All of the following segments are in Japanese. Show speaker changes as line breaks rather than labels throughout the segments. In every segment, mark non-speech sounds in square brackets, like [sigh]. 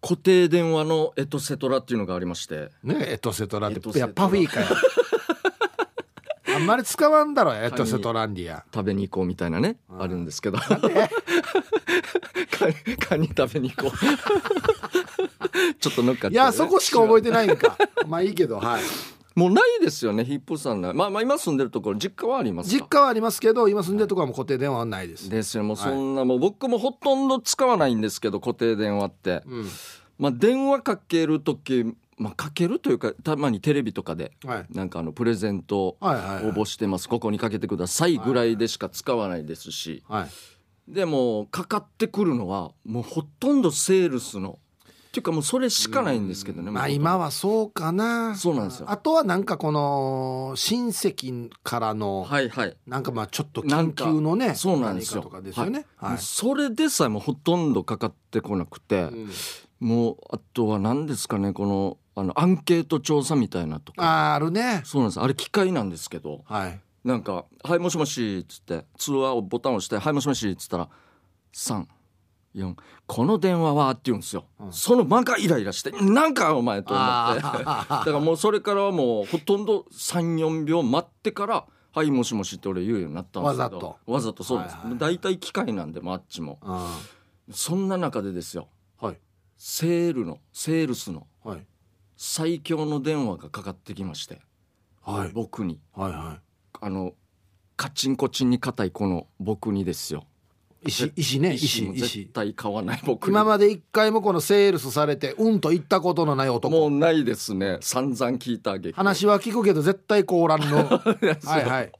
固定電話のエトセトラっていうのがありまして
ねエトセトラっ
エトセト
てい
ラ
やパフィーかよ [laughs] あんまり使わんだろエトセトランディア
食べに行こうみたいなね
うん
あるんですけど [laughs] カニカニ食べに行こう [laughs] ちょっと乗っかって、
い
ね、
やそこしか覚えてない
[laughs]
んかまあいいけどはい
もうないですよねヒップさんないまあまあ今住んでるところ実家はありますか
実家はありますけど今住んでるとこはもう固定電話はないです
ですよもう
はい
そんな、もう僕もほとんど使わないんですけど固定電話って、
うん
まあ電話かける時まあかけるというかたまにテレビとかで
はい
なんかあのプレゼント応
はいはいはい
募してますここにかけてくださいぐらいでしか使わないですし
はい
でもかかってくるのはもうほとんどセールスのっていうかもうそれしかないんですけどね
まあ今
は
はそうかな
そうなんですよ
あとはなんかこの親戚からの、
はいはい
なんかまあちょっと
なん
緊
か
急のね
そうなんですよ
何かとかですよねはい、
もうそれでさえもうほとんどかかってこなくて、
うん
もうあとは何ですかねこのあのアンケート調査みたいなと
あ
か
ーあるね
そうなんですあれ機械なんですけど
はい
なんか「はいもしもし」っつって通話をボタンを押して「はいもしもし」っつったら「34この電話は」って言うんですよ、
うん
その間がイライラして「なんかお前」と思ってだか [laughs]
あ
らもうそれからはもうほとんど34秒待ってから「はいもしもし」って俺言うようになったんですけど
わざと
わざとそうです、
はいはいはい
大体機械なんでもうあっちも
ーあ
そんな中でですよ
ーはい
セールのセールスの
はい
最強の電話がかかってきまして、
はい
僕に
はいは
あのカチンコチンに硬いこの僕にですよ
い石石ね石
も絶
石
対買わない僕に
今まで一回もこのセールスされてうんと言ったことのない男
もうないですね散々聞いたげ [laughs]
話は聞くけど絶対こうらんのはいはい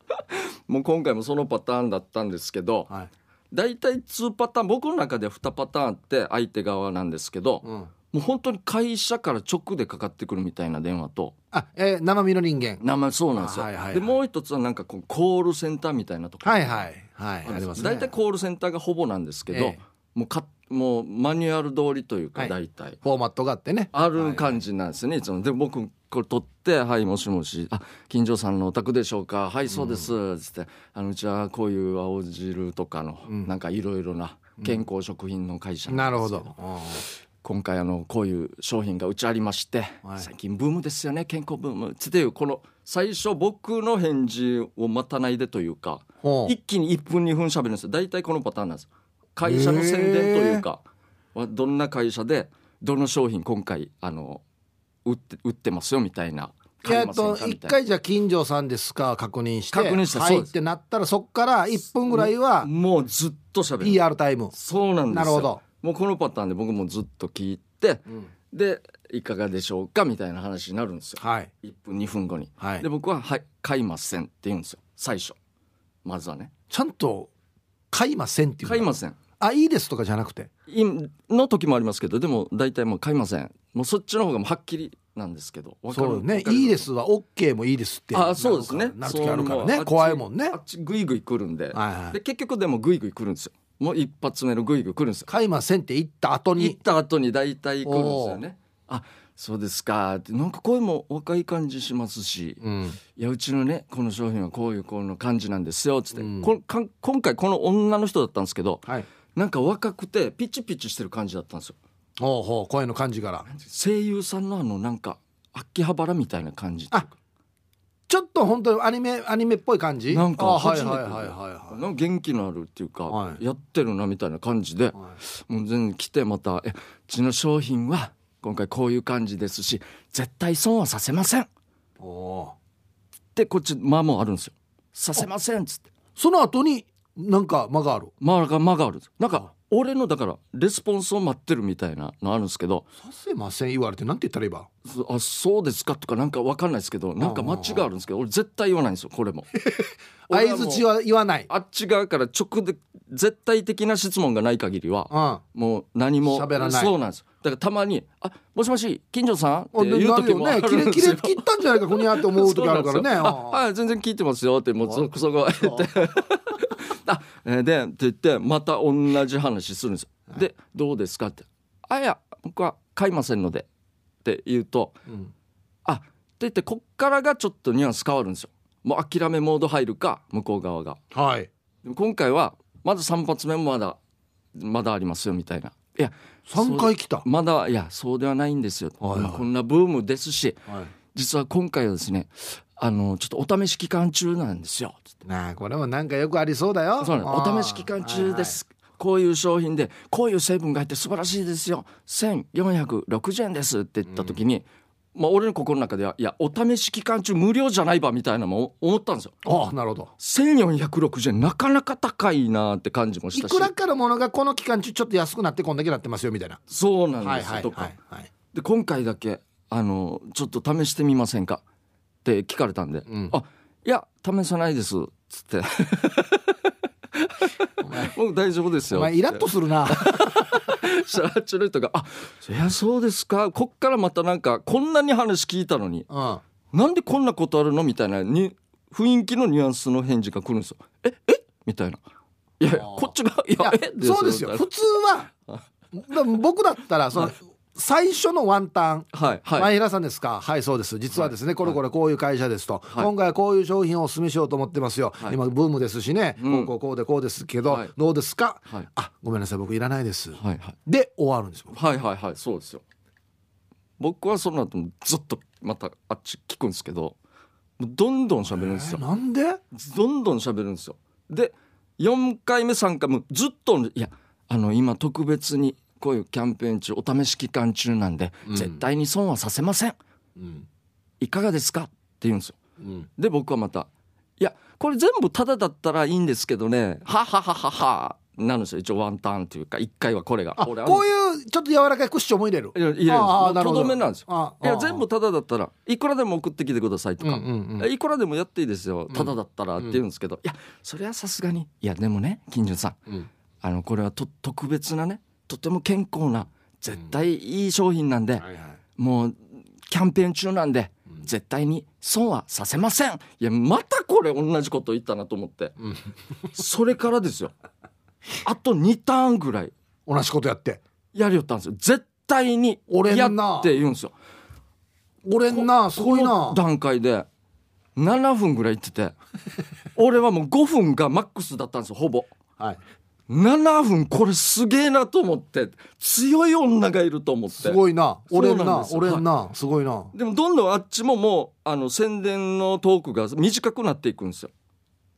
もう今回もそのパターンだったんですけど
はい
大体2パターン僕の中では2パターンあって相手側なんですけど、
うん
もう本当に会社から直でかかってくるみたいな電話と
あえー生身の人間
名前そうなんですよ、
あはいはいはい
でもう一つはなんかこうコールセンターみたいなとこ
はいはいはいありますね
大体コールセンターがほぼなんですけど、
ええ
もうかもうマニュアル通りという
は
か
い
大体
フォーマットがあってね
ある感じなんですよね、いつもで僕これ取って「はいもしもしあ金城さんのお宅でしょうかはいそうです」つってあの「うちはこういう青汁とかの、
うん
なんかいろいろな健康食品の会社
なんる
で
ほ
すけ
ど
今回あのこういう商品がうちありまして、
はい
最近ブームですよね健康ブーム」つっていうこの最初僕の返事を待たないでというか。
ほう
一気に1分2分喋るんですよ大体このパターンなんです会社の宣伝というか、わどんな会社でどの商品今回あの売って売ってますよみたいな買
え
い
っ
ません
と
か
一
みたい
回じゃあ近所さんですか確認して
確認して
は
そ
いうっ
です
てなったらそっから1分ぐらい
な
は
もうずっと喋る、
PR タイム
そうなんですよ
なるほど
もうこのパターンで僕もずっと聞いて
うん
でいかがでしょうかみたいな話になるんですよ
はい
1分2分後に、
はい
で僕は「はい買いません」って言うんですよ最初まずはね
ちゃんと買いませんっ
「
ていうの
買いません」
あいいですとかじゃなくて
今の時もありますけどでも大体もう買いませんもうそっちの方がもうはっきりなんですけどわか
そ
る
うよね
わかる
いいですは OK もいいですって
あそうですね
なる時あるから
そう
ね
もう
怖いもんね
あっちグイグイ来るんで,、
はいはい
で結局でもグイグイ来るんですよもう一発目のグイグイ来るんですよ
買いませんって言った後
行っ
に
た後に大体来るんですよねあそうですかってなんか声も若い感じしますし、
うん
いやうちのねこの商品はこういうこの感じなんですよつって、
うん
こんかん今回この女の人だったんですけど
はい
なんか若くてピチピチしてる感じだったんですよ
ほうほう声の感じから
声優さんのあのなんか秋葉原みたいな感じっていうか
ちょっと本当にアニメアニメっぽい感じ
なん
あ
か
はい
初
は
め
い
て
はい
な
は
んか元気のあるっていうか、
はい
やってるなみたいな感じで
い、はい
もう全然来てまた「えうちの商品は今回こういう感じですし絶対損はさせません」っ
おお
てこっち間もあるんですよ「させません」っつって
その後になんか間がある
間が間があるんですなんか俺のだからレスポンスを待ってるみたいなのあるんですけど
させません言われてなんて言ったらいいば
「そあそうですか」とかなんか分かんないですけどなんか間違いあるんですけど俺絶対言わないんですよこれも。俺
相
はもう
づちは言わない
あっち側から直で絶対的な質問がない限りは
うん
もう何も
喋らない
そうなんですよだからたまに「あもしもし近所さん?」って
あで
言う
なる
時
よ
もある
ね
ん
キレ
で
キ
すよ
レ切ったんじゃないかここにあって思う時あるか
[laughs] そ
らね
うなんですよあ
あ
はい全然聞いてますよってもうそそこは言って「あえーで」って言ってまた同じ話するんですよ、で「どうですか?」って「あいや僕は買いませんので」って言うと
うん
「あって言ってこっからがちょっとニュアンス変わるんですよもう諦めモード入るか向こう側が [laughs]
はい
でも今回はまず3発目もまだまだありますよみたいな「いや
三回来た。
まだいやそうではないんですよ、
はいはい
こんなブームですし
は
実は今回はですねあのちょっとお試し期間中なんですよつって
い。なあこれもなんかよくありそうだよ。
そうな
あ
の
ー
お試し期間中で。す、こういう商品でこういう成分が入って素晴らしいですよ1460円ですって言った時に、まあ、俺の心の中ではいやお試し期間中無料じゃないばみたいなのも思ったんですよ
はいはいああなるほど。
1460円なかなか高いなって感じもし
い
たし
くらかのものがこの期間中ちょっと安くなってこんだけなってますよみたいな。
そうなん
はい
です
はい
よとか、
はいはい。
で今回だけあの「ちょっと試してみませんか?」って聞かれたんで「
うん
あいや試さないです」っつ
[laughs]
って [laughs] 「僕大丈夫です
お
よ」
前イラッとす
[laughs]
るな。
したらあっちの人が「あそりゃそうですかこっからまたなんかこんなに話聞いたのに
うん。
なんでこんなことあるの?」みたいなに雰囲気のニュアンスの返事が来るんですよ「ええみたいな「いやいや
あー
こっちがい
い
や
や
え
そうですよ
みたい
普通は
[laughs]
だ僕だったらその最初のワンタン
なはいはい
前平さんですかはいそうです実はですねこれこれこういう会社ですと
い
今回はこういう商品をお勧めしようと思ってますよ
はい
今ブームですしね
う
こ
ん
うこうこうでこうですけど
はい
どうですか
はい
あごめんなさい僕いらないです
はいはい
で終わるんですよ
はいはいはいそうですよ僕はその後もずっとまたあっち聞くんですけどもうどんどん喋るんですよ、
なんで
どんどん喋るんですよで4回目3回目ずっといやあの今特別にこういうキャンペーン中お試し期間中なんで、
うん
絶対に損はさせません
うん
いかがですかって言うんですよ
うん
で僕はまた「いやこれ全部タダだったらいいんですけどねははははは」なるんですよ一応ワンターンというか1回はこれが
あこ
俺
ういうちょっと柔らかいクッションも入れる
いや入れるんです
あ
も
ー
う
なる
と
ほど
どめなんですよ
あ
いや全部タダだったらいくらでも送ってきてくださいと
うんう
か、
んうん
いくらでもやっていいですよタダだったらって言うんですけど、いやそれはさすがにいやでもね金城さん
うん
あのこれはと特別なねとても健康な絶対いい商品なんで、
はいはい
もうキャンペーン中なんで、絶対に損はさせませんいやまたこれ同じこと言ったなと思って、
うん
それからです
[laughs]
よあと2ターンぐらい
同じことやって
やりよったんですよ絶対に
俺んな
やって言うんですよ
俺んなすごい
この
な
段階で7分ぐらい行ってて [laughs] 俺はもう5分がマックスだったんですよほぼ
はい
7分これすげえなと思って強い女がいると思って
すごいな
そうな
俺
ん
んな
ですよ
俺んなすごいな
でもどんどんあっちももうあの宣伝のトークが短くなっていくんですよ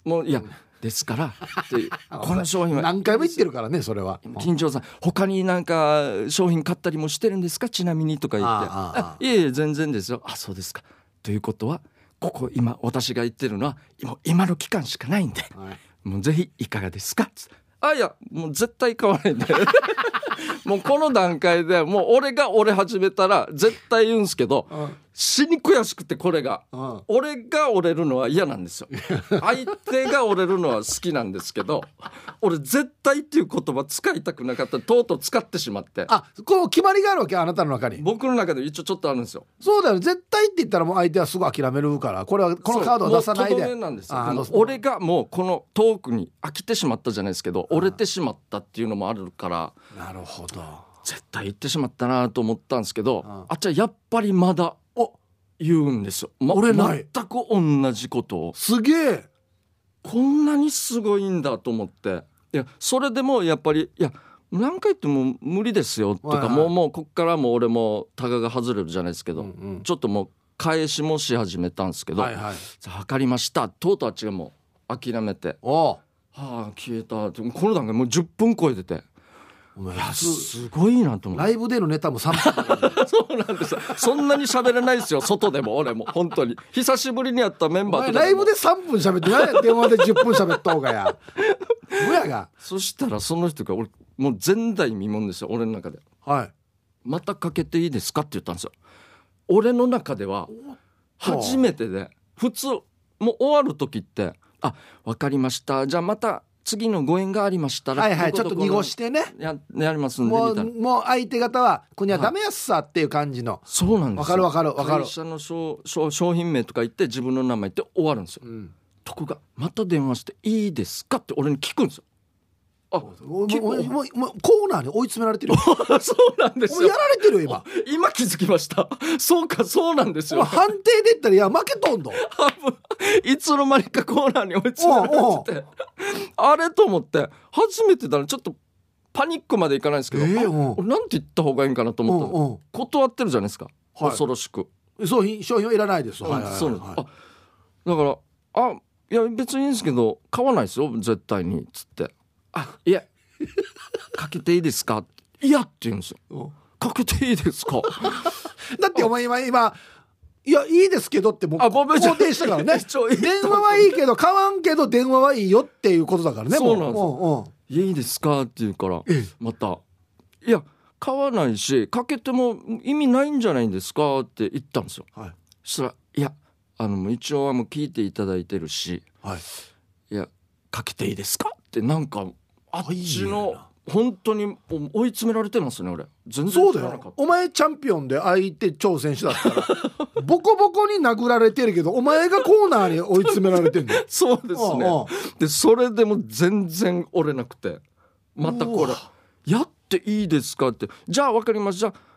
もういやですからって
[laughs]
いうこの商品は
何回も言ってるからねそれは
金城さん他になんか商品買ったりもしてるんですかちなみにとか言って
ああああ
あいえいえ全然ですよあそうですかということはここ今私が言ってるのは今今の期間しかないんで
はい
もうぜひいかがですかつってあいやもう絶対買わ
[laughs]
ないんでもうこの段階でもう俺が俺始めたら絶対言うんすけど死に悔しくてこれが
うん
俺が折れるのは嫌なんですよ相手が折れるのは好きなんですけど俺絶対っていう言葉使いたくなかったとうとう使ってしまって
あこの決まりがあるわけあなたの中に
僕の中で一応ちょっとあるんですよ
そうだよ絶対って言ったらもう相手はすぐ諦めるからこれはこのカードは出さない
そうもうと
で
どめなんですよ
あー
でも
どうすんの
俺がもうこのトークに飽きてしまったじゃないですけど折れてしまったっていうのもあるから
なるほど
絶対言ってしまったなと思ったんですけど
うん
あっちはやっぱりまだ
お
言うんですよ、ま、
折れない
全く同じことを
すげえ
こんなにすごいんだと思っていやそれでもやっぱりいや何回言っても無理ですよと
はい
か
はい
もうもうこっからもう俺もタガが外れるじゃないですけ
う
ど
ん
ちょっともう返しもし始めたんですけ
うん
ど
はいはい
「さあ測りました」とうとうあっちがもう諦めて
おう
「はあ消えた」ってこの段階もう10分超えてて
お前
いやすごいなと思って。
ライブでのネタも3分だから
そうなんですよそんなに喋れないですよ外でも俺も本当に久しぶりに会ったメン
お
バー
前
とか
ライ
も
ブで3分喋って何や電話で10分喋った方がやもやが
そしたらその人が俺もう前代未聞ですよ俺の中で
はい
またかけていいですかって言ったんですよ俺の中では初めてで普通もう終わる時ってあ分かりましたじゃあまた次のご縁がありましたら
はいはい
こ
ちょっ
ことこの
濁してね
ややりますんでみ
も
たいうな
もう相手方は「こにはダメやっさ」っていう感じの、
そうなんですよ
わかるわかるわかる
会社の商商商品名とか言って自分の名前言って終わるんですよ
うん、
とこがまた電話していいですかって俺に聞くんですよ [laughs] あ
もう
結構
もうもうもうコーナーに追い詰められてるよ
そうなんで
も
す
う
よ
やられてるよ今
今気づきましたそうかそうなんです
お前
よ
判定で言ったらいや負けとんど
いつの間にかコーナーに追い詰められててあれと思って初めてだなちょっとパニックまでいかないんですけど、
ええ
あ
うん
俺なんて言った方がいいんかなと思ったら
うん
断ってるじゃないですか、
はい
恐ろしく、
うん商品商品はいらないですはいはいはい
うん
はい
そうなんですあだから「あいや別にいいんですけど買わないですよ絶対に」っつって「あいやかけていいですか?」いや」って言うんですよ
うん
「かけていいです
[laughs]
か?」
だってお前今今いやいいですけどってもう
あごめんなさい
肯定したからね
ち [laughs] ょい
電話はいいけど買わんけど電話はいいよっていうことだからねも
そうなんですいやいいですか?」って言うから
うんうんえ
また「いや買わないしかけても意味ないんじゃないんですか?」って言ったんですよ。
えはい
そしたら「いやあのもう一応はもう聞いていただいてるし
はい
いやかけていいですか?」ってなんかあっち
いい
の
な
本当に追い詰められてますね俺全然
そうだ
知らなか
よ
っ
お前チャンピオンで相手挑戦したったら [laughs] ボコボコに殴られてるけどお前がコーナーに追い詰められてんの
たそうです
うん
ね
うん
でそれでも全然折れなくてまたこ
う
れ
わ
「やっていいですか?」って「じゃあ分かりましたじゃあ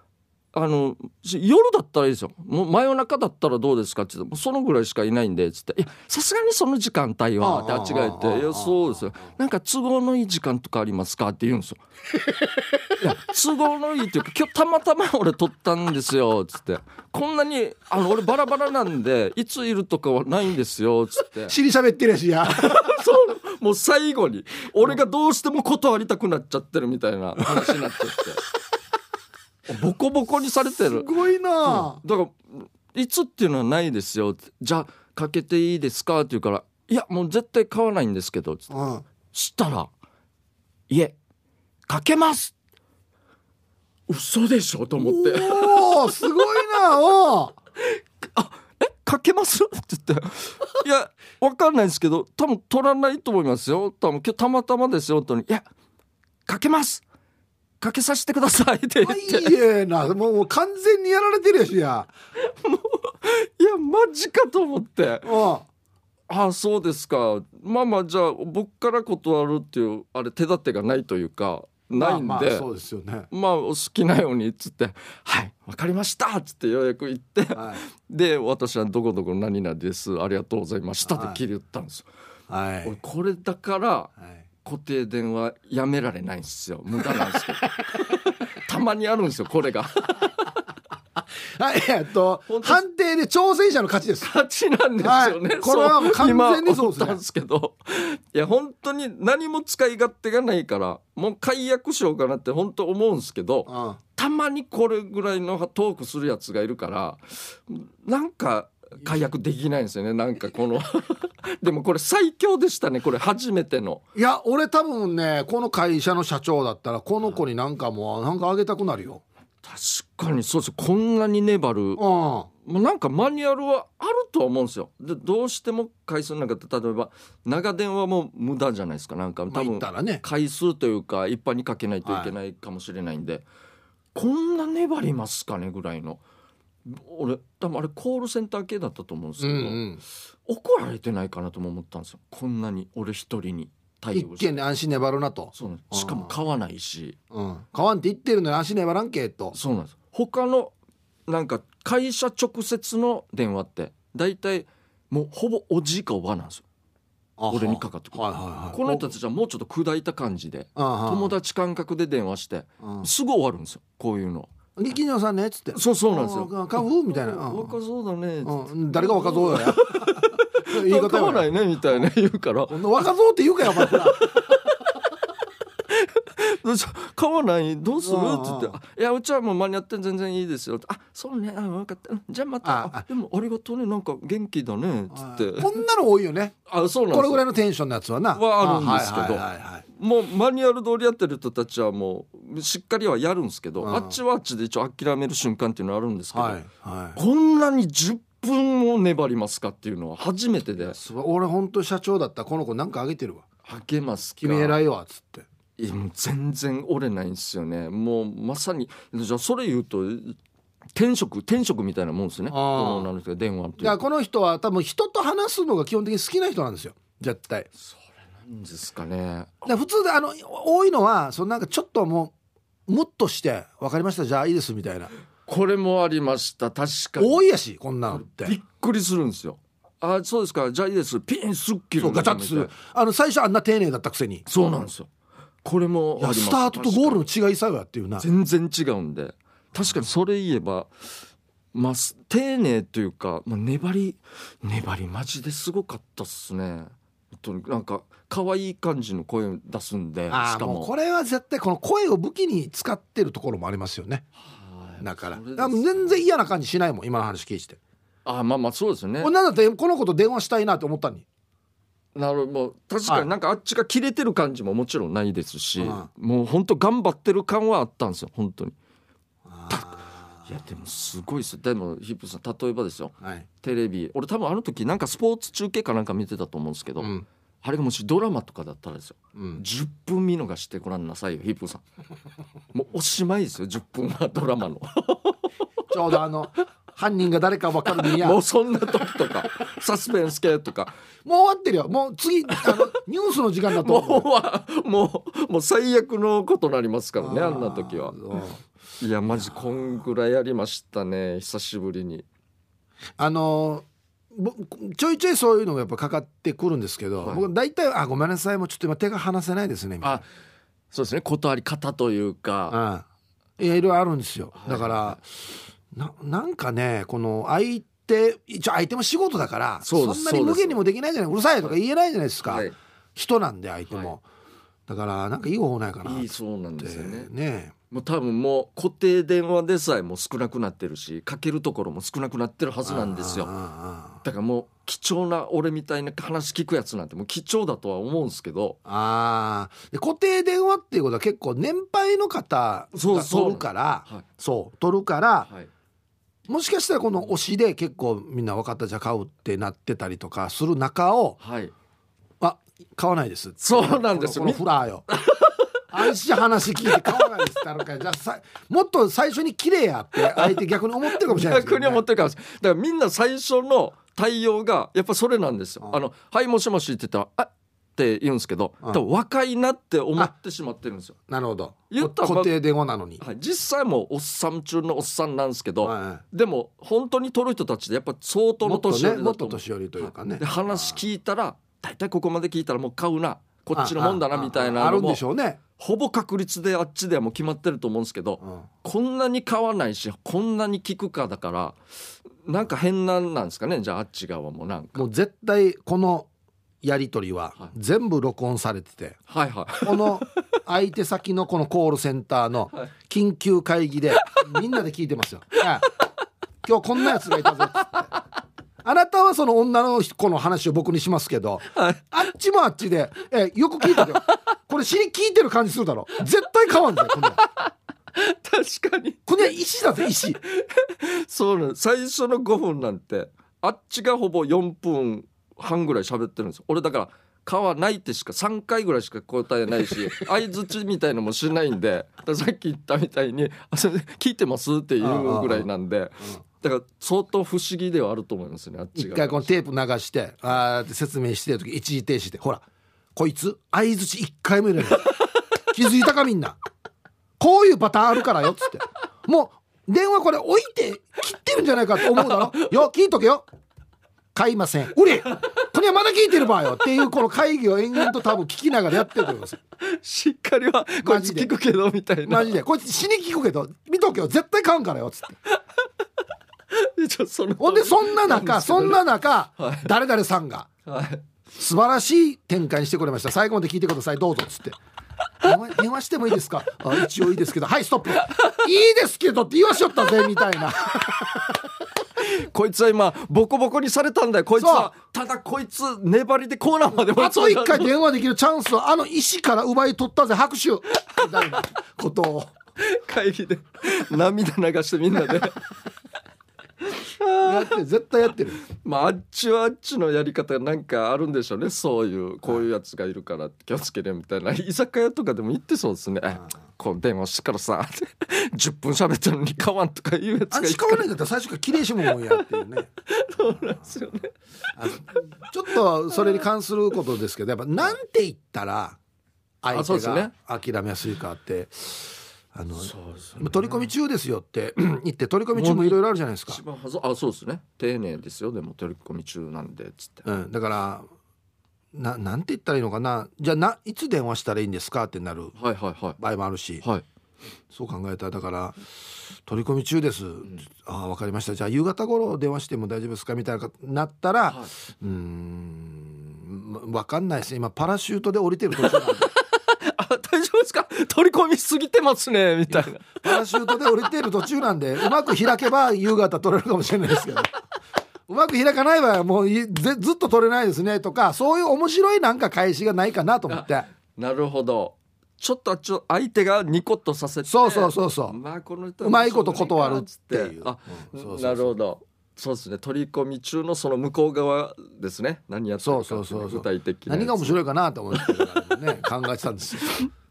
あのし夜だったらいいですよもう真夜中だったらどうですか?」って言ってもうそのぐらいしかいないんで」っつって「いやさすがにその時間帯は」ってあっちが言って「いやそうですよなんか都合のいい時間とかありますか?」って言うんですよ。いや都合のいいっていうか今日たまたま俺撮ったんですよっつってこんなにあの俺バラバラなんでいついるとかはないんですよっつって
尻喋ってるやし
[laughs]
や
そうもう最後に俺がどうしても断りたくなっちゃってるみたいな話になっちゃってボコボコにされて
す
る
ごいな
だからいつっていうのはないですよってじゃあかけていいですかって言うからいやもう絶対買わないんですけどつって
うん
したら「いえかけます!」嘘でしょと思って
おおすごいなおー
「えかけます?」 [laughs] って言って「いやわかんないですけど多分取らないと思いますよ多分今日たまたまですよ」って言ったのにいやかけますかけさせてください」 [laughs] って言
あ
っ
い
て「
いえなもうもう完全にやられてるやしや
いやマジか」と思って
うん
「ああそうですかまあまあじゃあ僕から断るっていうあれ手立てがないというかないんで。
まあまあそうですよね
まあお好きなようにっつって「はいわかりました」っつってようやく行って
はい
で私は「どこどこ何々ですありがとうございました」って切り言ったんですよ。
はい
俺これだから
はい
固定電話やめられないんですよ無駄なんですけど [laughs] たまにあるんですよこれが [laughs]
はい、えっと、判定で挑戦者の勝ちです。
勝ちなんですよね、
はいこれはもう完全にそうです
今思
ね
ったんですけどいや本当に何も使い勝手がないからもう解約しようかなって本当思うんですけど
うん、
たまにこれぐらいのトークするやつがいるからなんか解約できないんですよねなんかこのでもこれ最強でしたねこれ初めての
いや、俺多分ね、この会社の社長だったら、この子になんかもう、なんかあげたくなるよ。
確かにそうですこんなに粘る
うん。は
まあ、なんかマニュアルはあるとは思うんですよでどうしても回数なんかって例えば長電話も無駄じゃないですかなんか
まあ
多
言っ
分
たらね
回数というか一般にかけないといけないかもしれないんで、こんな粘りますかねぐらいの俺多分あれコールセンター系だったと思うんです
い。う
けど、
んうん。
怒られてないかなとも思ったんですよこんなに俺一人に対
一
応して
件で安心粘るなと。
そうなんですしかも買わないし
うん。買わんって言ってるのに安心粘らんけと。
そうなんです他のなんか会社直接の電話って大体もうほぼおじいかおばあなんですよ俺にかかってくる
はいはいはい。
この人たちはもうちょっと砕いた感じで友
友。
達感覚で電話して
うん
すぐ終わるんですよこういうの
劇場さんねっつって。
そうそうなんですよ
あー買うみたいな。うん
若そうだね
うん。誰が若造
[laughs]
よや。言い
買
方
わ
よ
な
や。
いねみたいな言うから [laughs]
こんな若造って言うかよ、お前ほら。
買わないどうする?」って
うん
言ってあ「いやうちはもう間に合って全然いいですよ」ってあそうねあ分かったうんじゃあまた
あ
あでもありがとうねなんか元気だね」っつって
こんなの多いよね。
あそうなん
こ
です
れぐ
よ
らいのテンションのやつはな。
はあるんですけど
あはいはいはいはい
もうマニュアル通りやってる人たちはもうしっかりはやるんですけど、
うん
あっちはあっちで一応諦める瞬間っていうのはあるんですけど、
はいはい
こんなに10分も粘りますかっていうのは初めてで
そ俺本当社長だったらこの子なんかあげてるわ
励ますか
君偉いわっつって
いやもう全然折れないんですよねもうまさにじゃあそれ言うと転職転職みたいなもんですね
あー
この女の人が電話と
い
い
や
う
この人は多分人と話すのが基本的に好きな人なんですよ絶対
それなんですかね
で普通であの多いのはそのなんかちょっともうもっとして「分かりましたじゃあいいです」みたいな
これもありました確かに
多いやしこんなのって
びっくりするんですよあそうですかじゃあいいですピンすっきり
そうガチャッとするあの最初あんな丁寧だったくせに
そうなんですよこれも
い
ありま
や
す
スタートとゴールの違いさえやっていうな
全然違うんで確かにそれ言えば、まあ、す丁寧というか、まあ、粘り粘りマジですごかったっすね本当になんか可愛い感じの声を出すんでし
あ
か
あ
も
もうこれは絶対この声を武器に使ってるところもありますよね
はい
だから
それです
あもう全然嫌な感じしないもん今の話聞いてて
あまあまあそうですよね
俺なんだってこの子と電話したいなって思ったのに
なるほどもう確か
はい
になんかあっちが切れてる感じももちろんないですし、
うん
もう本当頑張ってる感はあったんですよ本当に
はい
やでもすごいですでもヒップさん例えばですよ
い、
テレビ俺多分あの時なんかスポーツ中継かなんか見てたと思うんですけど、
うん
あれがもしドラマとかだったらですよ
うん、
10分見逃してごらんなさいよヒップさ [laughs] んもうおしまいですよ10分はドラマの
ちょうど
[laughs]
あの犯人が誰か分かるにやも
も
う
うそんな時とかサスペンス系とか
終わってるよもう次あのニュースの時間だと
も
思
[laughs]
う
うはもうもう最悪のことになりますからね
ー
あんな時は
そう
いやマジこんぐらいやりましたね久しぶりに
あのぼちょいちょいそういうのがやっぱかかってくるんですけど、
はい
僕大体「あごめんなさいもうちょっと今手が離せないですね」みたいな
あそうですね断り方というか
うん、いやいろいろあるんですよ
はい
だから、ななんかねこの相手一応相手も仕事だから
そうです
んなに
そうで
無
す
限にもできないじゃないうるさいとか言えないじゃないですか、
はい
人なんで相手も、だからなんかいい方法ないかなっ
いい
て
そうなんですよね
ね
もう多分もう固定電話でさえもう少なくなってるしかけるところも少なくなってるはずなんですよ
ああああ
だからもう貴重な俺みたいな話聞くやつなんてもう貴重だとは思うんですけど
ああで固定電話っていうことは結構年配の方
そう
が
そう
取るから
はい
そう取るから
はい
もしかしたらこの推しで結構みんな分かったじゃあ買うってなってたりとかする中を
はい
あ買わないです
そうなんです
こ
よ
のこのフラーよ [laughs] 安心話聞いて買わないですってなるからじゃあさもっと最初に綺麗やって相手逆に思ってるかもしれないです
逆
けど
に
ね、
思ってるからだからみんな最初の対応がやっぱそれなんですよ
うん
あのはいもしもしって言ったらあって言うんですけど
うん
多分若いなって思ってしまってるんですよ
なるほど
言ったら
固定電話なのに、
はい実際もうおっさん中のおっさんなんですけど
は
でも本当に取る人たちでやっぱ相
い
当
も
の
っと
年
ね
寄り
も
だ
っ
と
と
思う
年寄りというかね
で話聞いたら大体ここまで聞いたらもう買うなこっちの
ああ
もんだなみたい
ああ
な
ある
の
ん
も
でしょうね、
ほぼ確率であっちではもう決まってると思うんですけど
うん
こんなに買わないしこんなに聞くかだからなんか変なんなんですかねじゃああっち側もなんか
もう絶対このやり取りは
はい
全部録音されてて、
はい
[laughs]
はい
この相手先のこのコールセンターの
はい
緊急会議でみんなで聞いてますよ。はい今日こんなやつがいたぞっつって。あなたはその女の子の話を僕にしますけど、あっちもあっちで、えよく聞いてるよ。これ知り聞いてる感じするだろ。絶対変わんない。こんなん
確かに
こんなん石だぜ石。
そうなん最初の5分なんてあっちがほぼ4分半ぐらい喋ってるんですよ俺だから買わないってしか3回ぐらいしか答えない
[laughs]
し相づちみたいのもしないんでだからさっき言ったみたいに [laughs] 「あそれ聞いてます?」っていうぐらいなんでだから相当不思議ではあると思いますねあっち
一
が。
回このテープ流して、あーって説明してる時一時停止で、ほら、こいつ相づち一回も入れない。 [laughs] 気づいたかみんな。こういうパターンあるからよっつって。もう電話これ置いて切ってるんじゃないかと思うだろ。よ、聞いとけよ。買いません。売れ。これはまだ聞いてる場合よっていうこの会議を延々と多分聞きながらやってると思います。
しっかりはこいつ聞くけどみたいな [laughs]
マジで。こいつ死に聞くけど、見とけよ。絶対買うんからよっつって。
ちょその
ほんでそんな中、そんな中
はい、
誰々さんが。
はい
素晴らしい展開にしてくれました最後まで聞いてくださいどうぞっつって電話電話してもいいですかあ一応いいですけどはいストップいいですけどって言わしよったぜみたいな
こいつは今ボコボコにされたんだよこいつはただこいつ粘りでコーナーまで
あと一回
で
電話できるチャンスをあの石から奪い取ったぜ拍手みたいなことを
会議で涙流してみん [laughs] なで
やってる絶対やってる
まああっちはあっちのやり方なんかあるんでしょうねそういうこういうやつがいるから気をつけるみたいな居酒屋とかでも行ってそうですねこう電話してからさ10分喋ってるのに買わんとかいうやつ
あ
が
ん
い
ち
る
買
か
わ
ら
ないんだったら最初から綺麗しもんもんやっていうね
そうなんですよね
あのちょっとそれに関することですけどやっぱなんて言ったら相
あそう
手
です
が
ね
諦めやすいかってあの
そうです
今取り込み中ですよってうん [clears throat] 言って取り込み中もいろいろあるじゃないですか
一、番はずあそうですね丁寧ですよでも取り込み中なんでっつって
うん、だからななんて言ったらいいのかなじゃあないつ電話したらいいんですかってなる
はいはいは
場合もあるし
いはい
そう考えたらだから取り込み中です、ああ分かりましたじゃあ夕方頃電話しても大丈夫ですかみたいななったら、
はいう
ーん分かんないですね今パラシュートで降りてる途中なんで
あ大丈夫ですか取り込みすぎてますねみたいな
パラシュートで降りてる途中なんでうまく開けば夕方取れるかもしれないですけど。うまく開かない場合はもういぜずっと取れないですねとかそういう面白いなんか返しがないかなと思って
なるほどちょっとちょ相手がニコッとさせて
そうそうそうそう
まあこの人
うまいこと断るっていう
あ、
うんそうそうそう
なるほどそうですね取り込み中のその向こう側ですね何やってるかってい
そうそうそうそう
具体的なやつ
何が面白いかなと思 [laughs] ってね考えてたんですよ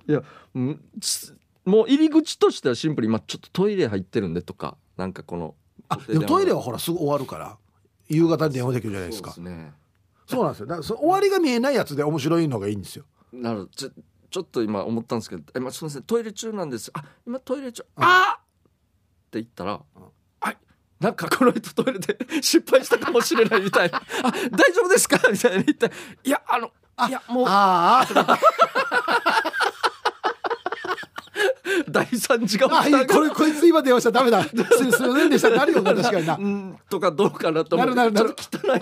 いやうんすもう入り口としてはシンプルに今ちょっとトイレ入ってるんでとかなんかこの
あでもトイレはほらすぐ終わるから夕方に電話できるじゃないですか
そ
そ
う
う
ですね
なんですよだからそ終わりが見えないやつで面白いのがいいんですよ
なるちょちょっと今思ったんですけど「えまあ、すみませんトイレ中なんですあ今トイレ中あーって言ったら
ん
「あなんかこの人トイレで [laughs] 失敗したかもしれない」みたい
[laughs]
な「あ大丈夫ですか?」みたいな言ったらいやあのいやもう
あーあー
大惨事が
[laughs] あ
起き
ー
た
あこれこいつ今電話したらダメだすすいませんでしたなるよな確かにな
うんとかどうかなと思って
なるなるなる
ちょっと汚い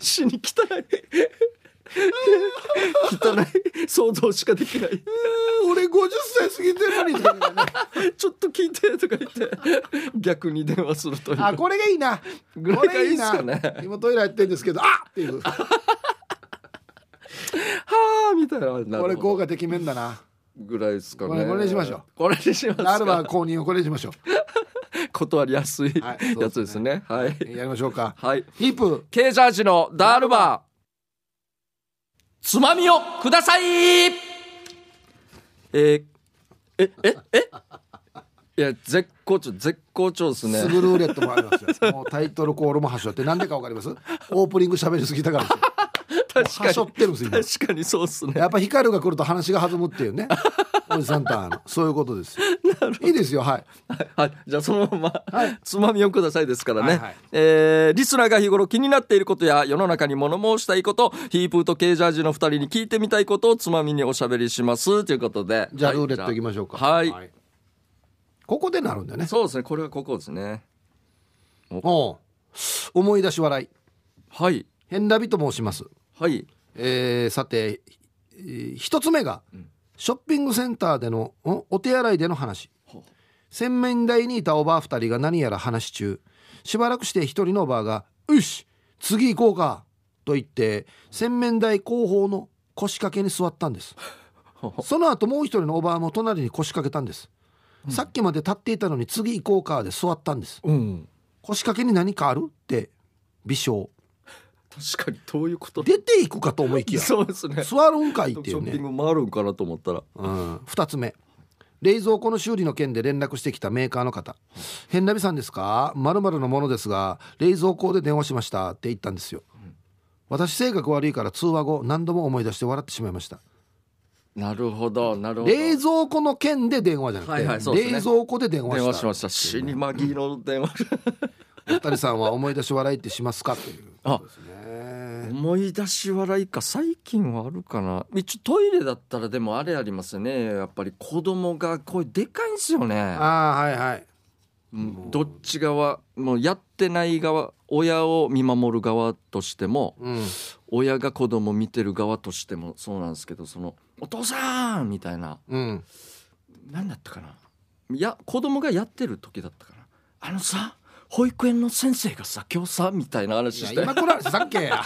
死に汚
[laughs]
い汚い想像しかできない
俺50歳過ぎてるのにとかね
ちょっと聞いてとか言って逆に電話するという
あこれがいいな
ぐらいがいいっすかね
これいいな今トイレ入ってるんですけどあっていう
はあみたいなな
これ
るほ
効
ど
果てきめんだな
ぐらいですかね
これこれにしましょう
これにします
あるは
か
公認をこれにしましょ
断りやすい
はいそ
や
うですね
つですねはいう
やりましょうか
はい
ヒープ
ケージャージのダールバーつまみをくださいえーえええいや絶好調絶好調ですね
すぐルーレットもありますよ。もうタイトルコールもはしょって、なんでかわかります。オープニング喋りすぎたからですよ。
確
はしょってるんですよ。今
確かにそうっすね
やっぱ光が来ると話が弾むっていうね。おじさんとあの、そういうことですよ。いいですよ。はい。
[laughs] はい、じゃあそのまま、つまみをくださいですからね、
はいはい
えーリスナーが日頃気になっていることや世の中に物申したいことヒープーとケージャージの2人に聞いてみたいことをつまみにおしゃべりしますということで
じゃあ、
はい
ルーレットいきましょうか。
はい、
ここでなるんだね。
そうですねこれはここですね
おう思い出し笑い。
はい
変ダビと申します。
はい
えーさて、えー一つ目が、ショッピングセンターでのんお手洗いでの話
ほう
洗面台にいたおばあ2人が何やら話し中しばらくして一人のおばあが「よし次行こうか」と言って洗面台後方の腰掛けに座った
[laughs]
んです
ほほ
その後もう一人のおばあも隣に腰掛けたんです、さっきまで立っていたのに次行こうかで座ったんです
うん
腰掛けに何かあるって微笑
確かにどういうこと
出ていくかと思いきや
そうです [laughs] ねシ
座るんかいってい
ョ
う
ッ
ね
ピング回るんかなと思ったら
うん、2つ目冷蔵庫の修理の件で連絡してきたメーカーの方「変なびさんですかまるのものですが冷蔵庫で電話しました」って言ったんですよ、私性格悪いから通話後何度も思い出して笑ってしまいました
なるほどなるほど
冷蔵庫の件で電話じゃなくて、
はいはいそうですね
冷蔵庫で電話
電
し
話
た
しました死にまぎの電話
お二人さんは思い出し笑いってしますかっていう
あ
ことですね
[laughs] 思い出し笑いか最近はあるかな一応トイレだったらでもあれありますよねやっぱり子供が声でかいんですよね、
ああはいはい
うんどっち側もうやってない側親を見守る側としても
うん
親が子供見てる側としてもそうなんですけどその「お父さん!」みたいな
うん
何だったかないや子供がやってる時だったかなあのさ保育園の先生がさ今日さみたいない話
や
して
今来られてさっきや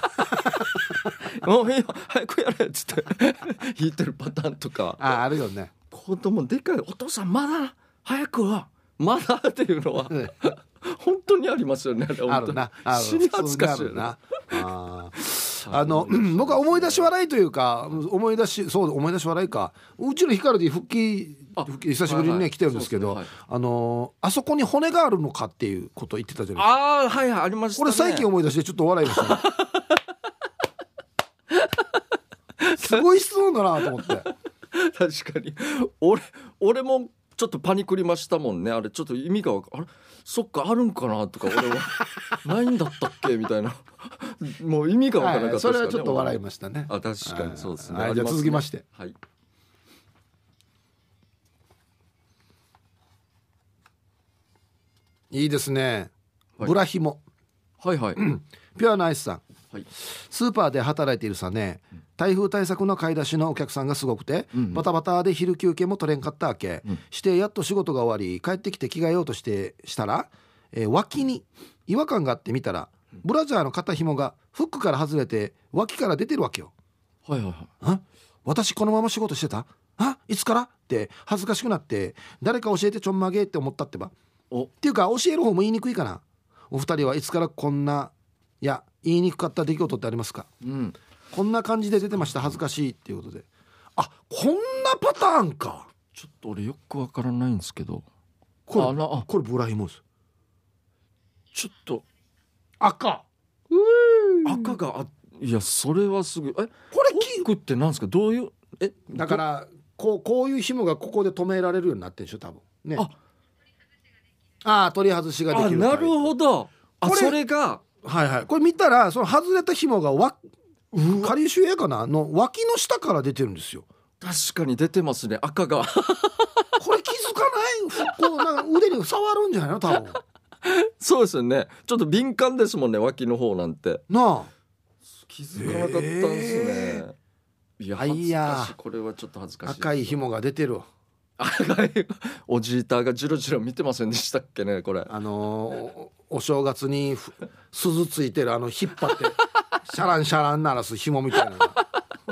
「 [laughs] もういいよ早くやれ」っつって弾いてるパターンとか
あああるよね
子供でかいお父さんまだ早くはまだっていうのは本当にありますよねあれ本当
ある
に
な。ある
死に恥ずかしいよね
な。あーあの僕は思い出し笑いというか思い出しそう思い出し笑いかうちのヒカルディ復帰
あ
復帰久しぶりに
はいはい
ね来てるんですけど
そうですね
あのーあそこに骨があるのかっていうことを言ってたじゃないですか
ああはいはいありましたね
俺最近思い出してちょっと笑いました
[laughs]
ねすごい質問だなと思って
確かに俺俺もちょっとパニクりましたもんねあれちょっと意味がわかあれそっかあるんかなとか俺は
[laughs]
ないんだったっけみたいなもう意味がわからなか
は
った
い、そ
ですからね
れはちょっと笑いましたね
あ確かにそうですね
はい
あ
じゃあ
りすね
続きまして
はい
いいですね、
はい
ブラヒモ
はいはい、
ピュアナイスさん
はい
スーパーで働いているさね台風対策の買い出しのお客さんがすごくて、
うんうん
バタバタで昼休憩も取れんかったわけ、
うん
してやっと仕事が終わり帰ってきて着替えようとしてしたら、えー脇に違和感があって見たらブラジャーの肩紐がフックから外れて脇から出てるわけよ。
はいはいはい
あ私このまま仕事してたあいつからって恥ずかしくなって誰か教えてちょんまげって思ったってばっ
お
ていうか教える方も言いにくいかなお二人はいつからこんないや言いにくかった出来事ってありますか
うん
こんな感じで出てました恥ずかしいっていうことであこんなパターンか
ちょっと俺よくわからないんですけど
これ
あなあ
これブラヒモです
ちょっと
赤
赤があいやそれはすぐえ
これ
キングってなんですかどういうえ
だからこうこういう紐がここで止められるようになってるんでしょ多分ね
あ
ああ取り外しがで
あ
きる
なるほどあ
これ
それが
はいはいこれ見たらその外れた紐がわカリウシウエアかなの脇の下から出てるんですよ
確かに出てますね赤 [laughs] が
これ気づかないこうなんか腕に触るんじゃないの多
[laughs]
分
そうですよねちょっと敏感ですもんね脇の方なんて
な
気づかなかったんですね、
え
いや
あ
恥
い
ず
や
かしいこれはちょっと恥ずか
あ
しい
赤い紐が出てる
赤いおじいたがジロジロ見てませんでしたっけねこれ [laughs]
あのーおお正月にふ鈴ついてるあの引っ張
[laughs]
ってシャランシャラン鳴らす紐みたいな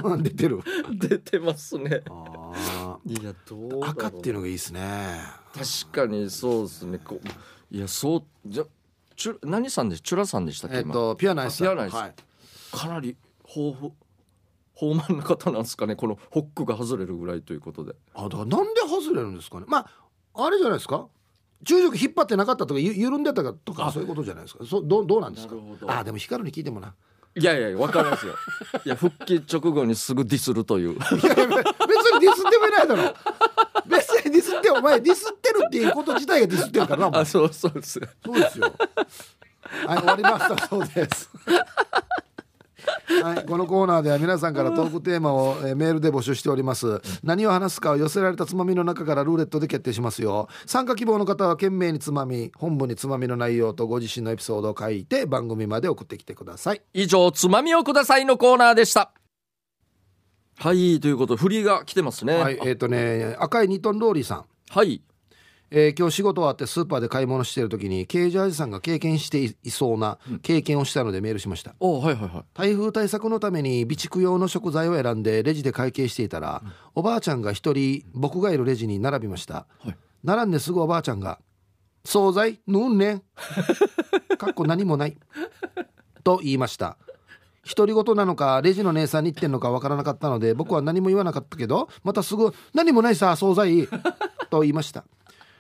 のが [laughs] 出てる
出てますね
あ
いやどうだろ
ー
う
赤っていうのがいいですね
確かにそうですねこういやそうじゃチュ何さんでチュラさんでしたっけ
えっ
今
とピュアナイスさん
あピュアナイス
はい、
かなり豊富豊満な方なんですかねこのホックが外れるぐらいということで
あだからなんで外れるんですかねまああれじゃないですか中軸引っ張ってなかったとかゆ緩んでたかとかそういうことじゃないですかそどうどうなんですか
なるほど
あーでも光るに聞いてもない [laughs]
やいや分かりますよ [laughs] いや復帰直後にすぐディスるという
いやいや別にディスってもいないだろ別にディスってお前ディスってるっていうこと自体がディスってるからなお
[laughs]
前
あそうそうです
そうですよ。はい、終わりました。そうです。はい、このコーナーでは皆さんからトークテーマをえーメールで募集しております何を話すかを寄せられたつまみの中からルーレットで決定しますよ参加希望の方は懸命につまみ本文につまみの内容とご自身のエピソードを書いて番組まで送ってきてください
以上つまみをくださいのコーナーでしたはいということで振りが来てますね
はいえっ、とね赤いニトンローリーさん
はい
えー今日仕事終わってスーパーで買い物している時にケージャージさんが経験していいそうな経験をしたのでメールしました
おはいはいはい
台風対策のために備蓄用の食材を選んでレジで会計していたら、おばあちゃんが一人僕がいるレジに並びました、
はい
並んですぐおばあちゃんが「惣菜ぬんねん」
[laughs]
かっこ何もないと言いました独り言なのかレジの姉さんに言ってんのかわからなかったので僕は何も言わなかったけどまたすぐ「何もないさ惣菜」と言いました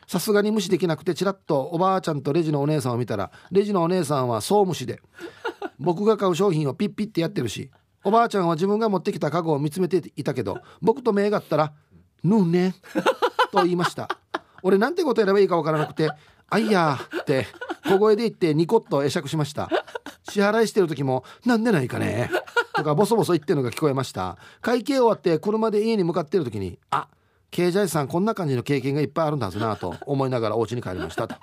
さすがに無視できなくてちらっとおばあちゃんとレジのお姉さんを見たらレジのお姉さんは総無視で僕が買う商品をピッピッてやってるしおばあちゃんは自分が持ってきた家具を見つめていたけど僕と目が合ったら「ぬんね」と言いました俺なんて答えればいいかわからなくて「あいやー」って小声で言ってニコッと会釈しました支払いしてる時も「なんでないかね」とかボソボソ言ってるのが聞こえました会計終わって車で家に向かってる時に「あ経済さんこんな感じの経験がいっぱいあるんだは
[laughs]
ずな」と思いながらお家に帰りましたと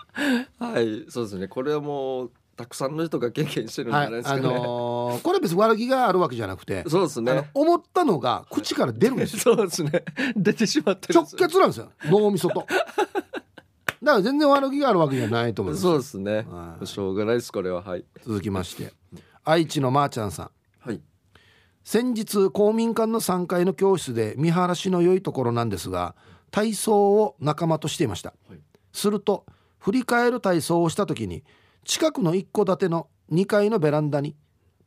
はいそうですねこれはもうたくさんの人が経験してるんじゃ
は
ないで
い
すか
あ
ね、
のーこれ別に悪気があるわけじゃなくて
そうです
あの
ね
思ったのが口から出る
[laughs]
んですよ
そうですね出てしまってる
直結なんですよ脳みそ
[laughs]
とだから全然悪気があるわけじゃないと思います
そうですね
は。い
しょうがないです、これは。はい。
続きまして愛知のまーちゃんさん
はい。
先日公民館の3階の教室で見晴らしの良いところなんですが体操を仲間としていました、
はい
すると振り返る体操をした時に近くの一戸建ての2階のベランダに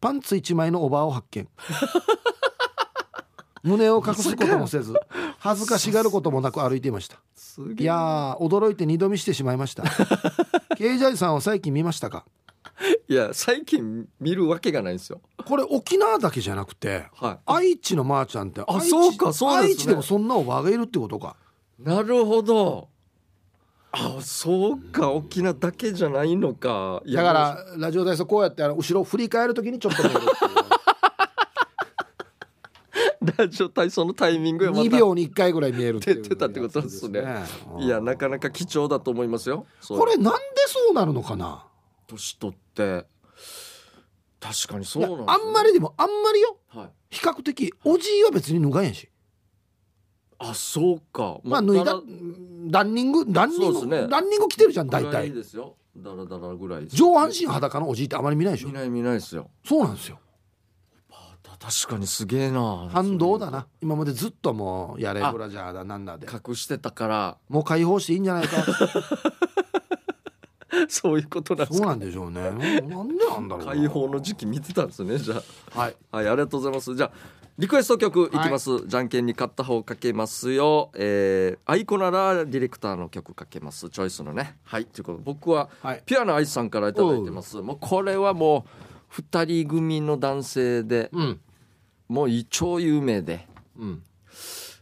パンツ1枚のおばあを発
[laughs]
見胸を隠すこともせず恥ずかしがることもなく歩いていました
すげえ
いやー驚いて二度見してしまいました
[laughs]
ケイジャイさんは最近見ましたか
いや、最近見るわけがないんですよ。
これ沖縄だけじゃなくて
は
愛知のまーちゃんって
あ
愛知
そうかそうですね
愛知でもそんなおばあがいるってことか
い。なるほど。あそうか沖縄だけじゃないのかいや
だからラジオ体操こうやってあの後ろ振り返るときにちょっと見る
[laughs]
っ
もうラジオ体操のタイミング
てい
が
う
また
2秒に1回ぐらい見えるっていう
出てたってことですね
やつですね
いやなかなか貴重だと思いますよそう
これなんでそうなるのかな
年取って確かにそう
いや
なんですね
あんまりでもあんまりよ
はい
比較的おじいは別に脱がへんし
あそうか
まあ
も
脱
う
いだランニングランニン
そう
グ、
ですね
ランニング着てるじゃん
だ
大
らぐらい
体
ですよだらだらぐらいです
上半身裸のおじいってあまり見ないでしょ
見ない見ないですよ
そうなんですよ
あた確かにすげえな
反動だな今までずっともうやれブラジャーだなんだで
隠してたから
もう解放していいんじゃないか
そういうことなんで
[laughs] そう
すか
なんでしょうねなんでなんだろうな
解放の時期見てたんですねじゃ
はい
あはいありがとうございますじゃあリクエスト曲いきます、じゃんけんに勝った方かけますよえー、アイコならディレクターの曲かけますチョイスのねはいということで僕は
はい
ピュアなアイスさんからいただいてますもうこれはもう2人組の男性で
うん
もう超有名で
うん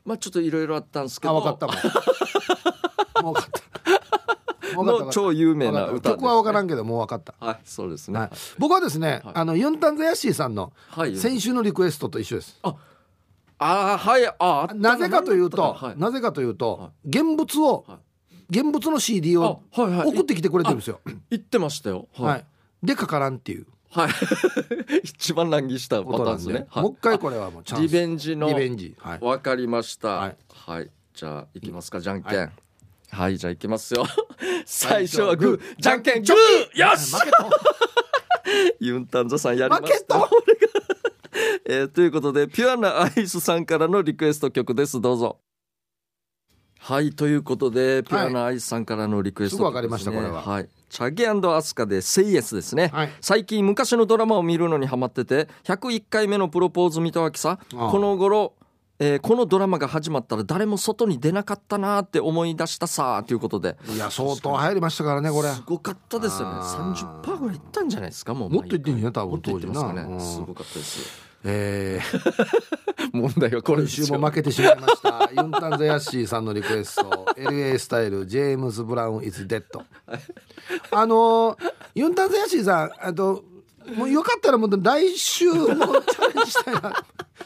まあちょっといろいろあったんですけ
あ
ど
分かった
[laughs]
もんもう分かったもう分か
の
った
超有名
分か
な
った
歌です
曲は分からんけどもう分かった
はいそうですね
はい、僕はですね、あのユンタンザヤッシーさんの
はい
先週のリクエストと一緒です。
あーはいああった
なぜかというと、
はい
なぜかというと
は、
現物を、
は
現物の CD を
あはいはい
送ってきてくれてるんですよ。
言ってましたよ
は
はい
い、でかからんっていう
はい [laughs] 一番難儀したパ
こと
ター
な
ンで
ん
す
で、
ねはい
もう一回これはもうチャン
リ
ス。
ベンジの
リベンジはい
わかりましたは
はいい、
じゃあいきますかじゃんけんはい、じゃあいきますよ最初はグーじゃんけんグーよし
負けた。
ユンタンザさんやりま
負け
した
た
俺がえーということでピュアなアイスさんからのリクエスト曲ですどうぞはいということでピュアなアイスさんからのリクエスト曲です、ね、
すぐわかりましたこれはい
チャゲアスカで「セイエス」ですね、
はい
最近昔のドラマを見るのにハマってて101回目のプロポーズ見たわけさ
ああ
この頃えーこのドラマが始まったら誰も外に出なかったなーって思い出したさーということで
いや相当入りましたからねこれ。
すごかったですよね
あー
30%ぐらいいったんじゃないですかもう
もっと言ってんじゃん多
もっと
分
言
当
ってま
時
すか
な。
ね。す
うん
ごかったですよ。
えー
問題はこれで
今
す
週も
よ。
負けてしまいました。ユンタンザヤッシーさんのリクエスト、LA スタイル、ジェームズ・ブラウン・イズ・デッド。あのーユンタンザヤッシーさん、あと、もうよかったらもう来週もチャレンジしたいな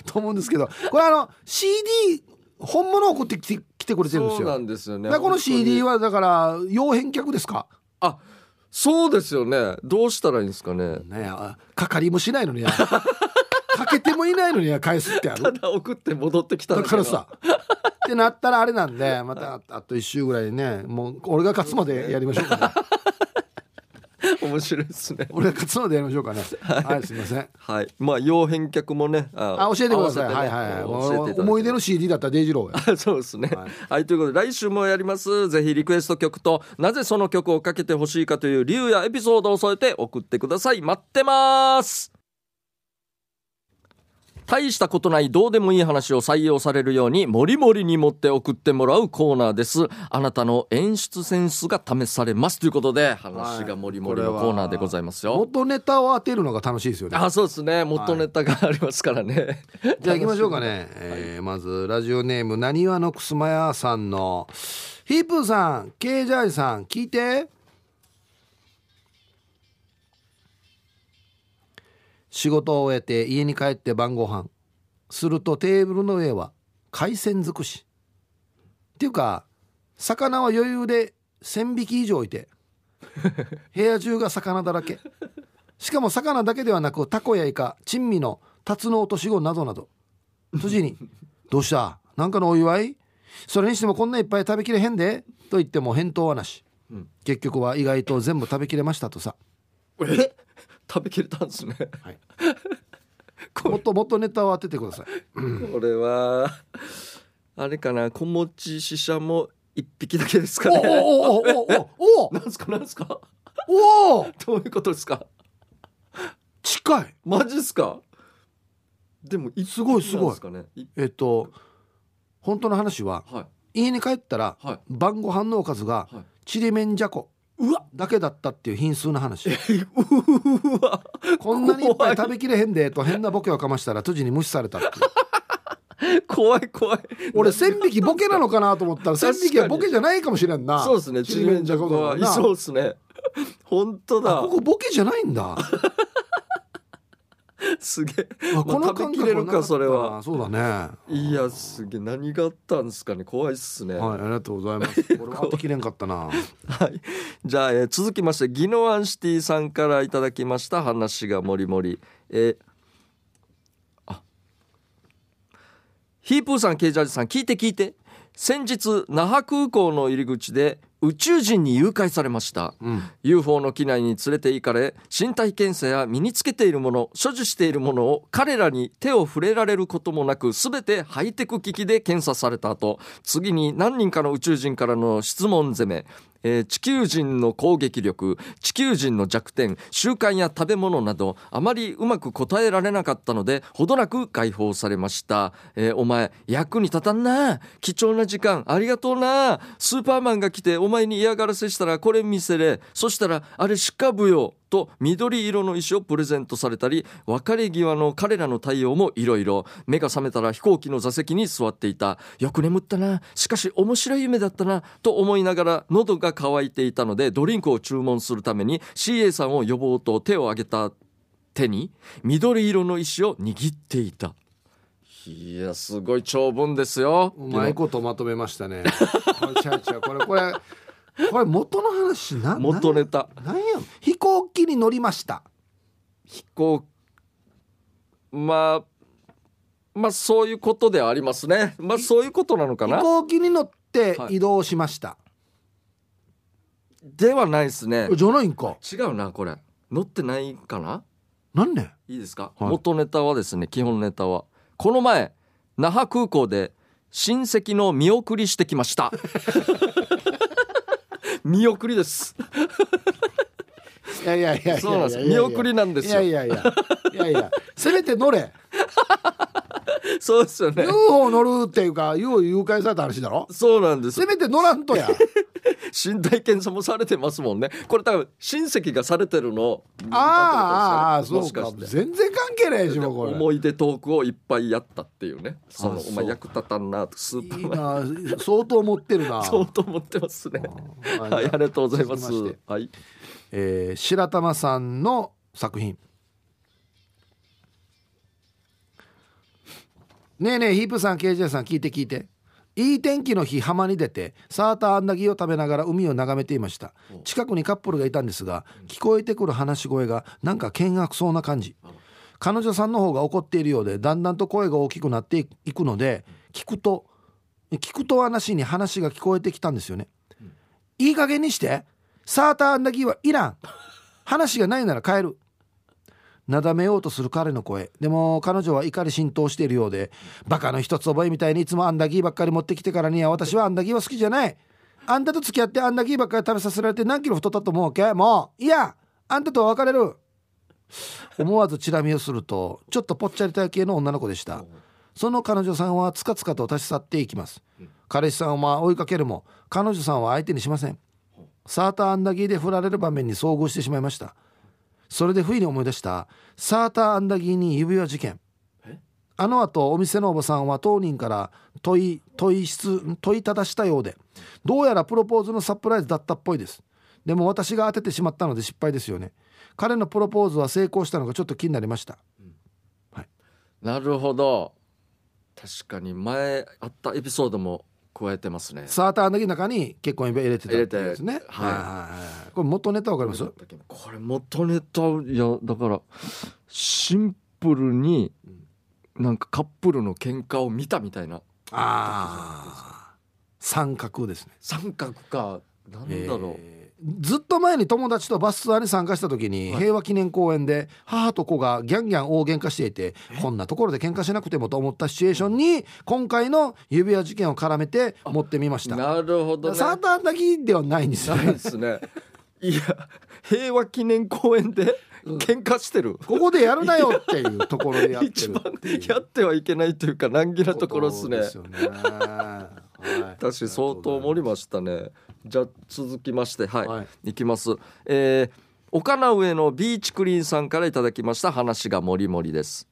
と思うんですけど、これあの、CD、本物を送ってきて来てくれてるんです
そうな
よ。
んですよね。
だからこの CD
は。
はだから、要返却ですか
あ、そうですよね。どうしたらいいんですかね。
ねえあかかりもしないのにや。 [laughs] かけてもいないのにや返すってある
ただ送って戻ってきた
だ
だけ
か
の
ら。さってなったらあれなんでまたあと1週ぐらいねもう俺が勝つまでやりましょうかね
[laughs] 面白いですね。
俺が勝つまでやりましょうかねはいすいません
はい。まあ要返却もね。あ
あ教えてください、
合わせてね
はいはいはい
教えて
も
いうただきます
思い出の CD だったらデイジローや
[laughs] そうですね。はい、ということで来週もやります。ぜひリクエスト曲となぜその曲をかけてほしいかという理由やエピソードを添えて送ってください。待ってます。大したことないどうでもいい話を採用されるようにもりもりに持って送ってもらうコーナーです。あなたの演出センスが試されますということで話がもりもりのコーナーでございますよ。
元ネタを当てるのが楽しいですよね
あ、そうですね。元ネタがありますからね。
じゃあ行きましょうかね、えーまずラジオネームなにわのくすまやさんのヒープーさんケイジャイさん聞いて仕事を終えて家に帰って晩ご飯するとテーブルの上は海鮮尽くしっていうか魚は余裕で1,000匹以上いて部屋中が魚だらけしかも魚だけではなくタコやイカ珍味のタツノオトシゴなどなど辻に「どうしたなんかのお祝いそれにしてもこんないっぱい食べきれへんで」と言っても返答はなし、
うん
結局は意外と全部食べきれましたとさ、
[laughs] え食べきれたんですね。
もっともっとネタを当ててください
これはあれかな小餅ししゃも一匹だけですか
お
ね
おおおおお
なんすかなんすか
おお
どういうことですか
近い
マジっすかでも一匹
すごいすごい
なんですかねい
えっと本当の話は
はい
家に帰ったら
はい
晩ご飯のおかずが
はい
ちりめんじゃこ
うわ
だけだったっていう品数の話
うわ
こんなにいっぱい食べきれへんでと変なボケをかましたら辻に無視されたっていう
怖い怖い
俺千匹ボケなのかなと思ったら千
確かに
匹はボケじゃないかもしれんな
そうですね
ちりめんじゃこ
は
だ
い
な
そうですね本当
あ
だ
ここボケじゃないん [laughs] だ
すげえ
あこの
食べ
感
き
覚
れるか
なったな
それは
そうだね
いやすげえ何があったんですかね怖いっすね
はいありがとうございますこれは当てきれんかったな
はい、 [laughs] じゃあ、えー続きましてギノアンシティさんからいただきました話がもりもり、えーあヒープーさんケイジャージさん聞いて聞いて先日那覇空港の入り口で宇宙人に誘拐されました、UFO の機内に連れて行かれ身体検査や身につけているもの所持しているものを彼らに手を触れられることもなく全てハイテク機器で検査された後次に何人かの宇宙人からの質問攻めえー地球人の攻撃力地球人の弱点習慣や食べ物などあまりうまく答えられなかったのでほどなく解放されました、えーお前役に立たんな貴重な時間ありがとうなスーパーマンが来てお前に嫌がらせしたらこれ見せれそしたらあれしかぶよと緑色の石をプレゼントされたり別れ際の彼らの対応もいろいろ目が覚めたら飛行機の座席に座っていたよく眠ったなしかし面白い夢だったなと思いながら喉が渇いていたのでドリンクを注文するために CA さんを呼ぼうと手を挙げた手に緑色の石を握っていたいやすごい長文ですよ
うまいことまとめましたねこれちゃうちゃうこれこれこれ元の話な
元ネタ
なんやん飛行機に乗りました
飛行まあまあそういうことではありますねまあそういうことなのか
飛
な
行機に乗って
はい
移動しました、
ではないですね
じゃないんか
違うなこれ乗ってないかな
何ね
いいですか、
はい
元ネタはですね基本ネタはこの前那覇空港で親戚の見送りしてきました
[laughs]
見送りです
いやいやいやいやいや
そうなんです見送りなんですよ
いやいやいやいやいやせめて乗れ
そうですよね
UFO 乗るっていうか UFO 誘拐された話だろ
そうなんです
せめて乗らんとや
身体検査もされてますもんねこれ多分親戚がされてるのを見たってことですよね
ああーあーそ
も
う
しか
か
して
全然関係ないでしょこれ
思い出トークをいっぱいやったっていうねその
あそう
お前役立たんなとスーパ
い
ー
い
マン
な相当持ってるな
そうと思ってますね
あー
はいありがとうございます
続きまして
はい
えー白玉さんの作品ねえねえヒープさん KJ さん聞いて聞いていい天気の日浜に出てサーターアンダギーを食べながら海を眺めていました近くにカップルがいたんですが聞こえてくる話し声がなんか険悪そうな感じ彼女さんの方が怒っているようでだんだんと声が大きくなっていくので聞くと聞くと話に話が聞こえてきたんですよねいい加減にしてサーターアンダギーはいらん話がないなら帰るなだめようとする彼の声でも彼女は怒り浸透しているようでバカの一つ覚えみたいにいつもアンダギーばっかり持ってきてからには私はアンダギーは好きじゃないあんたと付き合ってアンダギーばっかり食べさせられて何キロ太ったと思うわけもういやあんたとは別れる思わずチラ見をするとちょっとぽっちゃり体型の女の子でしたその彼女さんはつかつかと立ち去っていきます彼氏さんは追いかけるも彼女さんは相手にしませんサーターアンダギーで振られる場面に遭遇してしまいましたそれで不意に思い出したサーターアンダギーに指輪事件あの後お店のおばさんは当人から問い問い質問いただしたようでどうやらプロポーズのサプライズだったっぽいですでも私が当ててしまったので失敗ですよね彼のプロポーズは成功したのがちょっと気になりました
なるほど確かに前あったエピソードも加えてますね
サーターアンダギーの中に結婚指輪入れてたっていうやつ
入
ね
れて
はいはいはいこれ元ネタわかります
これ元ネタいやだからシンプルになんかカップルの喧嘩を見たみたいな
ああ三角ですね
三角かなんだろう、
えーずっと前に友達とバスツアーに参加した時に平和記念公園で母と子がギャンギャン大喧嘩していてこんなところで喧嘩しなくてもと思ったシチュエーションに今回の指輪事件を絡めて持ってみました
なるほどね
サーターアンダギーではないんですよ
ない
ね
ですね [laughs] いや平和記念公園で喧嘩してる、
ここでやるなよっていうところでやって
一
る
番
っていう
やってはいけないというか難儀なところですね
ですよねは
確
い
かに相当盛りましたねじゃあ続きましてはい、
はい
い、きますえー岡名上のビーチクリーンさんからいただきました話がもりもりです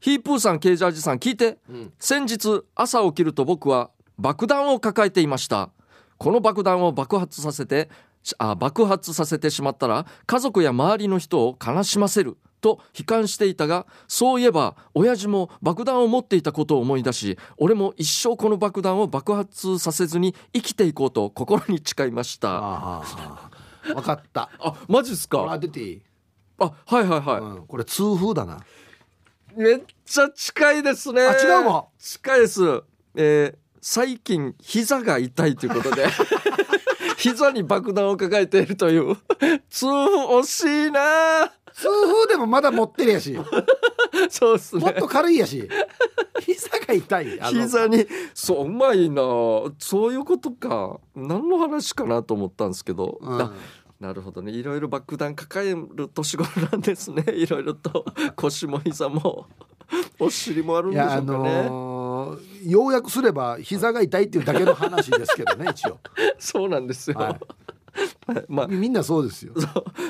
ヒープーさんケージャージさん聞いて
うん
先日朝起きると僕は爆弾を抱えていましたこの爆弾を爆発させてしあ爆発させてしまったら家族や周りの人を悲しませると悲観していたがそういえば親父も爆弾を持っていたことを思い出し俺も一生この爆弾を爆発させずに生きていこうと心に誓いましたあ
ああああ分かった
マジっす
これ
か
当てていい、
あはいはいはい、
うん、これ痛風だな
めっちゃ近いですね。
あ違うわ
近いです。えー最近膝が痛いという
[laughs]
ことで膝に爆弾を抱えているという痛風惜しいな。
痛風でもまだ持ってるやしも
そうです
[laughs] っ
ね。
と軽いやし膝が痛いあの
膝にそううまいなそういうことか何の話かなと思ったんですけど、
うん
あなるほどねいろいろ爆弾抱える年頃なんですね [laughs] いろいろと腰も膝もお尻もあるん
い
でしょう
や
か
あ
ね、
のーようやくすれば膝が痛いっていうだけの話ですけど
[laughs]
ね一応、
そうなんですよ、
は
まあ
い、みんなそうですよ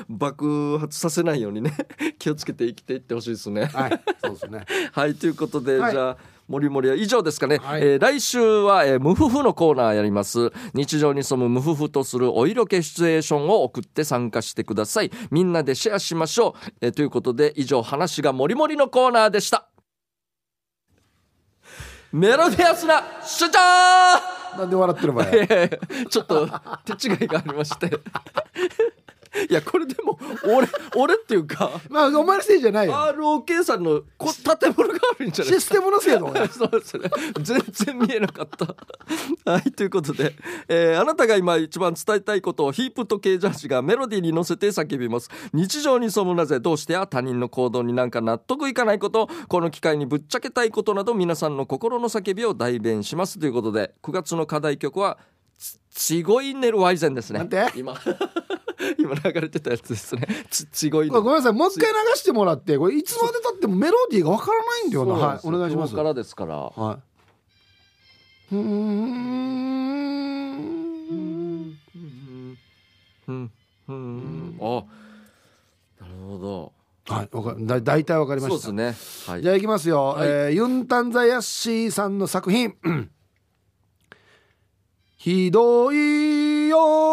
爆発させないようにね [laughs] 気をつけて生きていってほしいですね。
はいそうですね
はいということで、
はい
じゃあもりもりは以上ですかね、
はい
えー来週は、えー無夫婦のコーナーやります日常に潜む無夫婦とするお色気シチュエーションを送って参加してくださいみんなでシェアしましょう、えーということで以上話がもりもりのコーナーでしたメロディアスな主張
なんで笑ってる場合
いやいや [laughs] ちょっと手違いがありまして [laughs] いやこれでも俺俺っていうか
まあお前のせいじゃないよ
ROK さんのこ建物があるんじゃない
システムのせいだ俺
[laughs] そうですね全然見えなかったはいということで、えーあなたが今一番伝えたいことをヒープとケージャージがメロディーに乗せて叫びます日常にそむなぜどうしてや他人の行動になんか納得いかないことこの機会にぶっちゃけたいことなど皆さんの心の叫びを代弁しますということで9月の課題曲はつちごいねるワイゼンですね
なんて
今今流れてたやつですねちちごいね
ごめんなさいもう一回流してもらってこれいつまでたってもメロディーがわからないんだよなはいお願いします
ここからですから
はい。うーん。
うん、うん、あ。なるほど。
はい、わかだ大体わかりま
そう
し
で
た。
すね。はい。
じゃあいきますよ。
はい
えーユンタンザヤッシーさんの作品。 [clears throat] ひどいよー。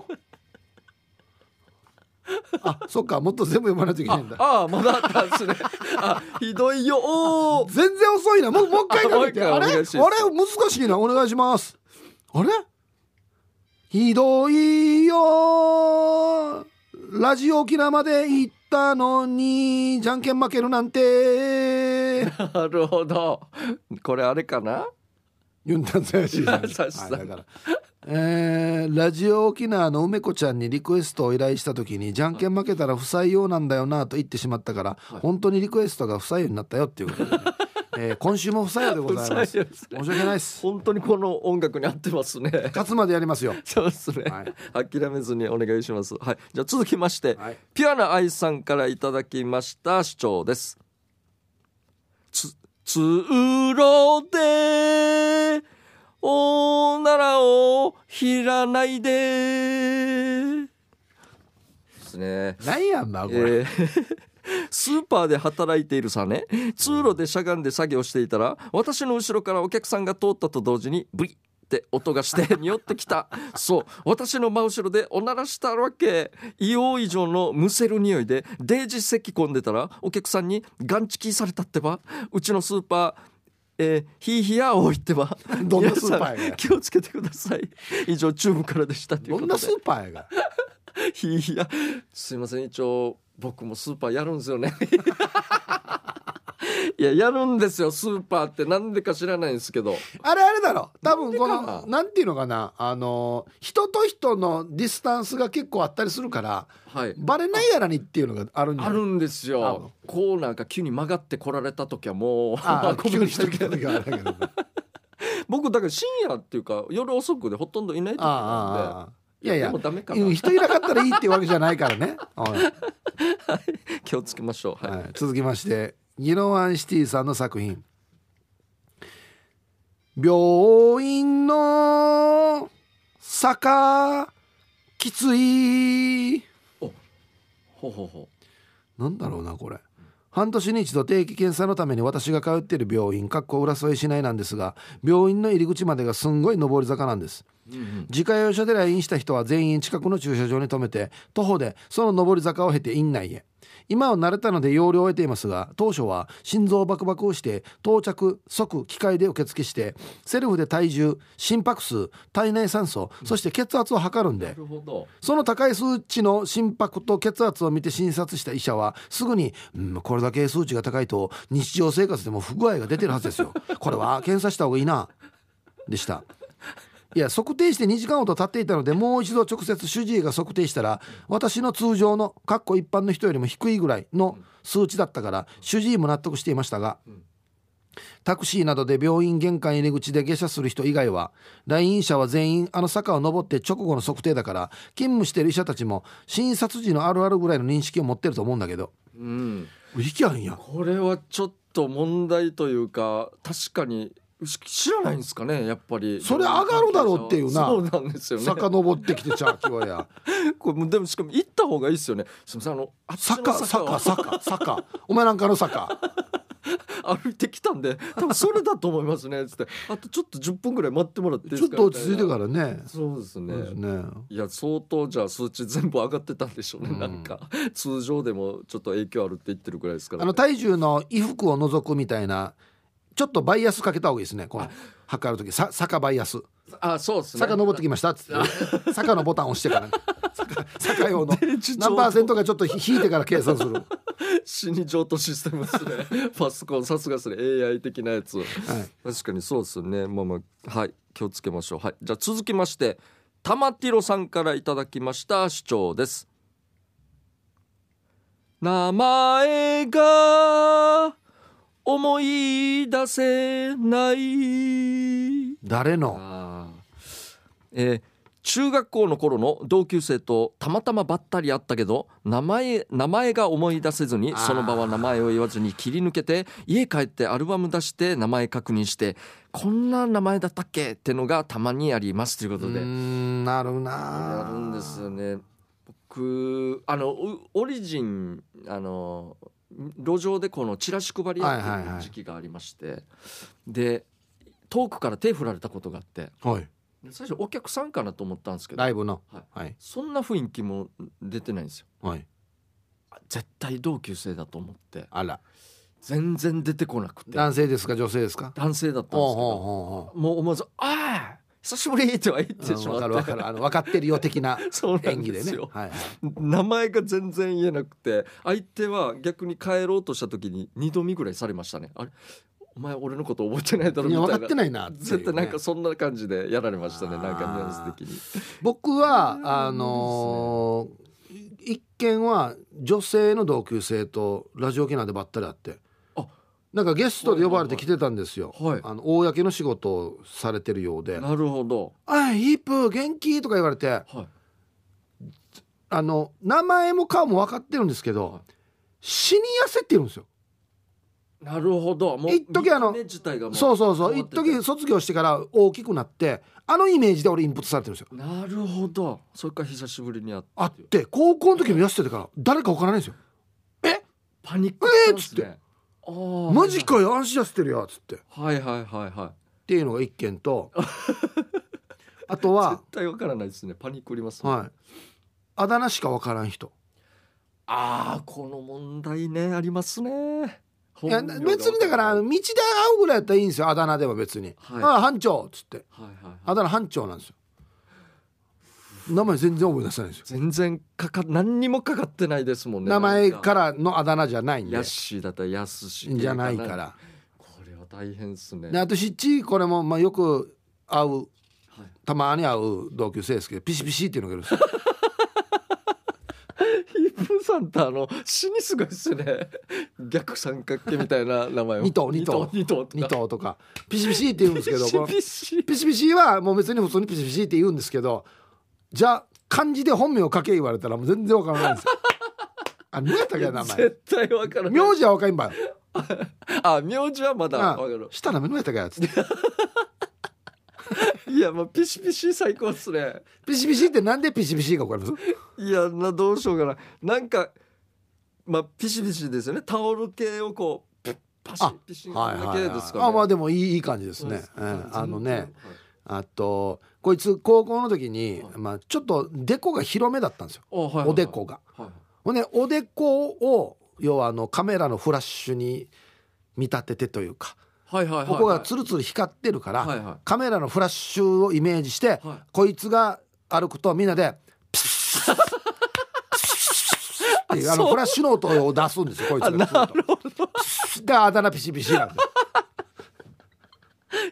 [laughs] あ、そっか、もっと全部読まないといけないんだ。
ああ、まだあったんですね。あ、ひどいよ。おー
全然遅いなもうもう一回かけて
あ [laughs]
あ
もう一
れ
回お願
あれ
いします
難しいなお願いしますあれひどいよラジオ沖縄まで行ったのにじゃんけん負けるなんて
[laughs] なるほど。これあれかな。
ユンタンさやしさん
優し [laughs] さ
はいだからえーラジオ沖縄の梅子ちゃんにリクエストを依頼した時にじゃんけん負けたら不採用なんだよなと言ってしまったから、本当にリクエストが不採用になったよっていうこ
[laughs]
とでね、えー今週も不採用でございます
不採用ですね
申し訳ないです
本当にこの音楽に合ってますね。
勝つまでやりますよ
そうですね、
は
諦めずにお願いします。はい、じゃあ続きまして、
はい
ピュアな愛さんからいただきました主張です。つ通路でおならをひらないでですね。
なんやんなこれ、
えー [laughs] スーパーで働いているさね通路でしゃがんで作業していたら私の後ろからお客さんが通ったと同時にブイって音がして
[laughs]
匂ってきたそう私の真後ろでおならしたわけ硫黄以上のむせる匂いでデージ咳込んでたらお客さんにガンチキされたってばうちのスーパーえー、ヒーヒヤ多いってば
[laughs] どんなスーパーやね
皆
ん
さん気をつけてください以上チューブからでしたという
ど
こと
ん
で
なスーパーやが
いやすいません一応僕もスーパーやるんですよね [laughs] いややるんですよスーパーってなんでか知らないんですけど
あれあれだろ多分こ
なんでか
の
な
なんていうのかなあの人と人のディスタンスが結構あったりするから
はい
バレないやらにっていうのがあるんじゃ
あ
ない
るんです
あ
よ
の
こうなんか急に曲がってこられた時はもう
あ
[laughs] ご
急
めん
に
なさ
一
い
人来た時はあれだけど
僕だから深夜っていうか夜遅くでほとんどいない時なん
ああああい
[laughs] で
やいや
でもダメかな
うん人いなかったらいいっていうわけじゃないからね、はい
気をつけましょうはい、
はい、続きましてギノワンシティさんの作品病院の坂きつい
おほうほうほ
なんだろうなこれ半年に一度定期検査のために私が通っている病院かっこ浦添市内なんですが病院の入り口までがすんごい上り坂なんです
う、うんうん、
自家用車で来院した人は全員近くの駐車場に停めて徒歩でその上り坂を経て院内へ今は慣れたので容量を得ていますが当初は心臓バクバクをして到着即機械で受付してセルフで体重心拍数体内酸素そして血圧を測るん
な
で
るほど
その高い数値の心拍と血圧を見て診察した医者はすぐに、うん、これだけ数値が高いと日常生活でも不具合が出てるはずですよこれは検査した方がいいなでしたいや測定して2時間ほど経っていたのでもう一度直接主治医が測定したら私の通常のかっこ一般の人よりも低いぐらいの数値だったから主治医も納得していましたがタクシーなどで病院玄関入り口で下車する人以外は来院者は全員あの坂を登って直後の測定だから勤務してる医者たちも診察時のあるあるぐらいの認識を持ってると思うんだけど
うん
いきゃんや
これはちょっと問題というか確かにし知らないんですかねやっぱり
それ上がるだろうっていうな
そうなんですよね
[laughs] 坂登ってきてちゃうキワや
これでもしかも行った方がいいですよねすみませんあのあっちの
坂坂坂坂お前なんかの坂
を歩いてきたんで多分それだと思いますねつってあとちょっと10分ぐらい待ってもらっていいで
ちょ
す
っ
か
と落ち着いて
みた
か
い
らね
なそうですね
そうですね
いや相当じゃあ数値全部上がってたんでしょうね、
うん
なんか通常でもちょっと影響あるって言ってるぐらいですから、
あの体重の衣服を除くみたいなちょっとバイアスかけた方がいいですねこの測る時さ坂バイアス
あそうですね [laughs]
坂登ってきましたっつって坂のボタン押してから坂坂
[laughs]
用の
ちょ
何パーセントかちょっと引いてから計
[laughs]
算する、はい、
死に上等システムですねパソコンさすがですね AI 的なやつ確かにそうですねまあまあはい気をつけましょうはいじゃあ続きまして玉ティロさんからいただきました主張です名前が思い出せない
誰の
あーえー中学校の頃の同級生とたまたまばったり会ったけど名前名前が思い出せずに
あー
その場は名前を言わずに切り抜けて家帰ってアルバム出して名前確認してこんな名前だったっけってのがたまにありますというこ
うー
とで
んなるな
やるんですよね僕あのうオリジンあの路上でこのチラシ配りや
はい
っ
はい
て
はい
る時期がありまして、で遠くから手振られたことがあって
はい
最初お客さんかなと思ったんですけど
ライブの
はい
はい
そんな雰囲気も出てないんですよ
はい
あ絶対同級生だと思って
あら
全然出てこなくて
男性ですか女性ですか
男性だったんで
ほ
す
う
けど
ほ
もう思わず「ああ久しぶり!」っては言っ
うほう
て
ほ
し
ううん
ま
わか
っ
るわ
て
かるあの分かってるよ的な
[laughs] そうなん
演技
で
ですね
よ
はいはい
名前が全然言えなくて相手は逆に帰ろうとした時に二度見ぐらいされましたねあれお前俺のこと覚えてないだろ
い
み
や
たいな
分かってないなっていうね
絶対なんかそんな感じでやられましたね
あー
なんかニュアンス的に
僕はあのー一見は女性の同級生とラジオ沖縄でばったり会って
あ
なんかゲストで呼ばれて来てたんですよ、
はい
あの公の仕事をされてるようで
なるほど
「あヒープ元気?」とか言われて
はい
あの名前も顔も分かってるんですけど死に痩せてるんですよ
なるほどもう
一時あの
見た目自体がも
そうそうそう
変わ
一
ってた
時卒業してから大きくなってあのイメージで俺インプットされてるんですよ
なるほどそれから久しぶりに会って
あって高校の時も痩せてたから誰か分からないんですよ
パニック
えー
しますねあー
マジかよ安心痩せてるよっつって
はいはいはいは
っていうのが一
[laughs]
件とあと
い絶
は、
対わからないですねパニックりますね、
はい、あだ名しかわからん人
ああこの問題ねありますね
い
い
や別にだからあ
はい
の道で会うぐらいやったらいいんですよあだ名では別に「
はい
ああ班長」っつって
はいは
あ
い
だ名班長なんですよ名前全然思い出せないんですよ
全然かか何にもかかってないですもんね
名前
なん
からのあだ名じゃないんで
ヤッシーだったらヤスシ
じゃないから
これは大変ですね
であとしっちこれもまあよく会う
はい
たまに会う同級生ですけどピシピシっていうのがいるんですよ
ヒップさんってあの死にすごいっすね逆三角形みたいな名前を
二頭二頭
二頭
二
二頭
頭と
[laughs]
かピシピシって言うんですけどこの
厳しい
ピシピシはもう別に普通にピシピシって言うんですけどじゃあ漢字で本名を書け言われたらもう全然わからないんですよ [laughs] あ何やったっけ名前
絶対わからない
名字はわかんばよ
あ名字はまだわ
あ
かる
下の名前やったっけやつって
いやもうピシピシ最高っすね
ピシピシってなんでピシピシかわかります
いやなどうしようかななんかまあピシピシですよねタオル系をこうピッパシ
あ
ピシ
はい
だ
は
け
い、
ですかね
あまあでもいいいい感じです
そうで
ね
す
ええあの
はい
ねあとこいつ高校の時に、まあ、ちょっとデコが広めだったんですよ
あはいはいはい
おでこが。
はい
ほんでおでこを要はあのカメラのフラッシュに見立ててというか
はいはいはい
ここがつるつる光ってるから、
はいはい
カメラのフラッシュをイメージして、
はい
こいつが歩くとみ
[laughs]
んなで「ピシッピシッ」っていうあのフラッシュの音を出すんですよこいつがなるほどであだ名ピシピシなんで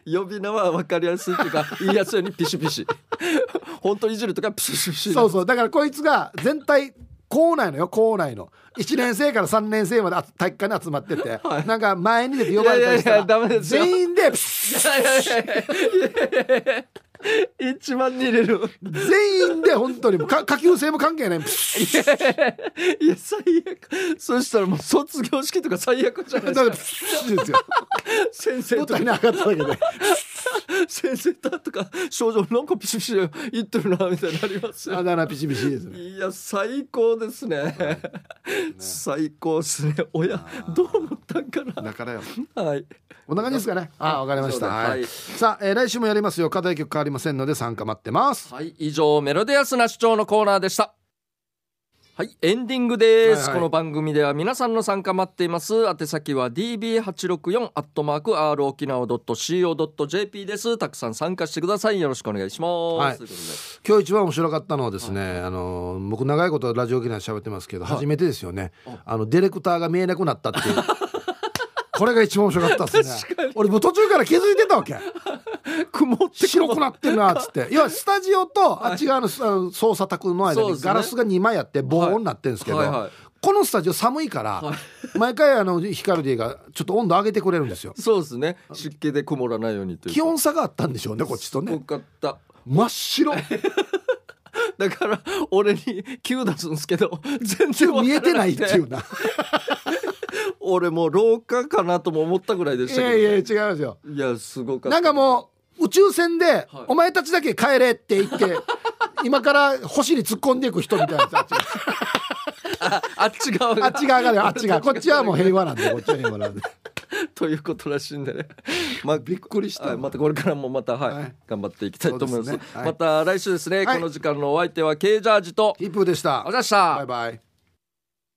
呼び名は分かりやすいって
[laughs]
いうかいいやつようにピシピシ本当いじるとかピシピシ
そうそうだからこいつが全体校内のよ校内の1年生から3年生まであ体育館に集まってて、なんか前に出て呼ばれたりした
いやいやいやダメ
ら
ですよ
全員でピシッ
いやいやいやいや一番に入れる
全員で本当にもうか下級生も関
[laughs]
係ないピシッ
いや最悪そしたらもう卒業式とか最悪じゃない
だから
で
ピ
すか
シ
[laughs]
ッですよ
先
舞
生と
台
か
に上がっただけで。
先生だとか少女なんかピシピシ言ってるなみたいになりますよ
あだ名ピチピチですね。
いや最高ですね最高ですね親どう思ったんか
だからよ。
なはい
こんな感じですかね。あ、わかりました。
そうだ
はい。
はい
さあ、えー来週もやりますよ。課題曲変わりませんので、参加待ってます。
はい、以上メロディアスな主張のコーナーでした。はい、エンディングです。
はいはい
この番組では皆さんの参加待っています。宛先は db864 アットマーク r 沖縄 .co.jp です。たくさん参加してください。よろしくお願いします。
はい
ということで
今日一番面白かったのはですね、あのー僕長いことラジオ沖縄で喋ってますけど、初めてですよね。あのディレクターが見えなくなったっていう。これが一番面白か [laughs] ったですね。俺もう途中から気づいてたわけ。
曇って
白くなってるなっつって。要はスタジオとあっち側のあの操作卓の間
そうで
に
すね
ガラスが2枚あって防音になってるんですけど、
はいはいはい
このスタジオ寒いから、毎回あのヒカルディがちょっと温度上げてくれるんですよ。
そうですね。湿気で曇らないようにという
気温差があったんでしょうねこっちと
よ
ね
かった。
真っ白
だから俺に9出すんですけど全然わから
見えてないいってい
[laughs]
うな
俺もう廊下かなとも思ったぐらいで
い
したけど
やいや違いますよ
いやすごかった
なんかもう宇宙船で
い
「お前たちだけ帰れ」って言って
[laughs]
今から星に突っ込んでいく人みたいなやつあっちが
あ [laughs] あっち側
あ
が
っち側がねあっ
[laughs]
ち側こっちはもう平和なんでこっちは平和なんで
ということらしいんでね、まあ、
[laughs]
びっ
くりした
はい、またこれからもまた、はい
はい
頑張っていきたいと思います
そうですねはい
また来週ですね、
はい
この時間のお相手は K ジャージと
ヒップーでした
おじゃした
バイバイ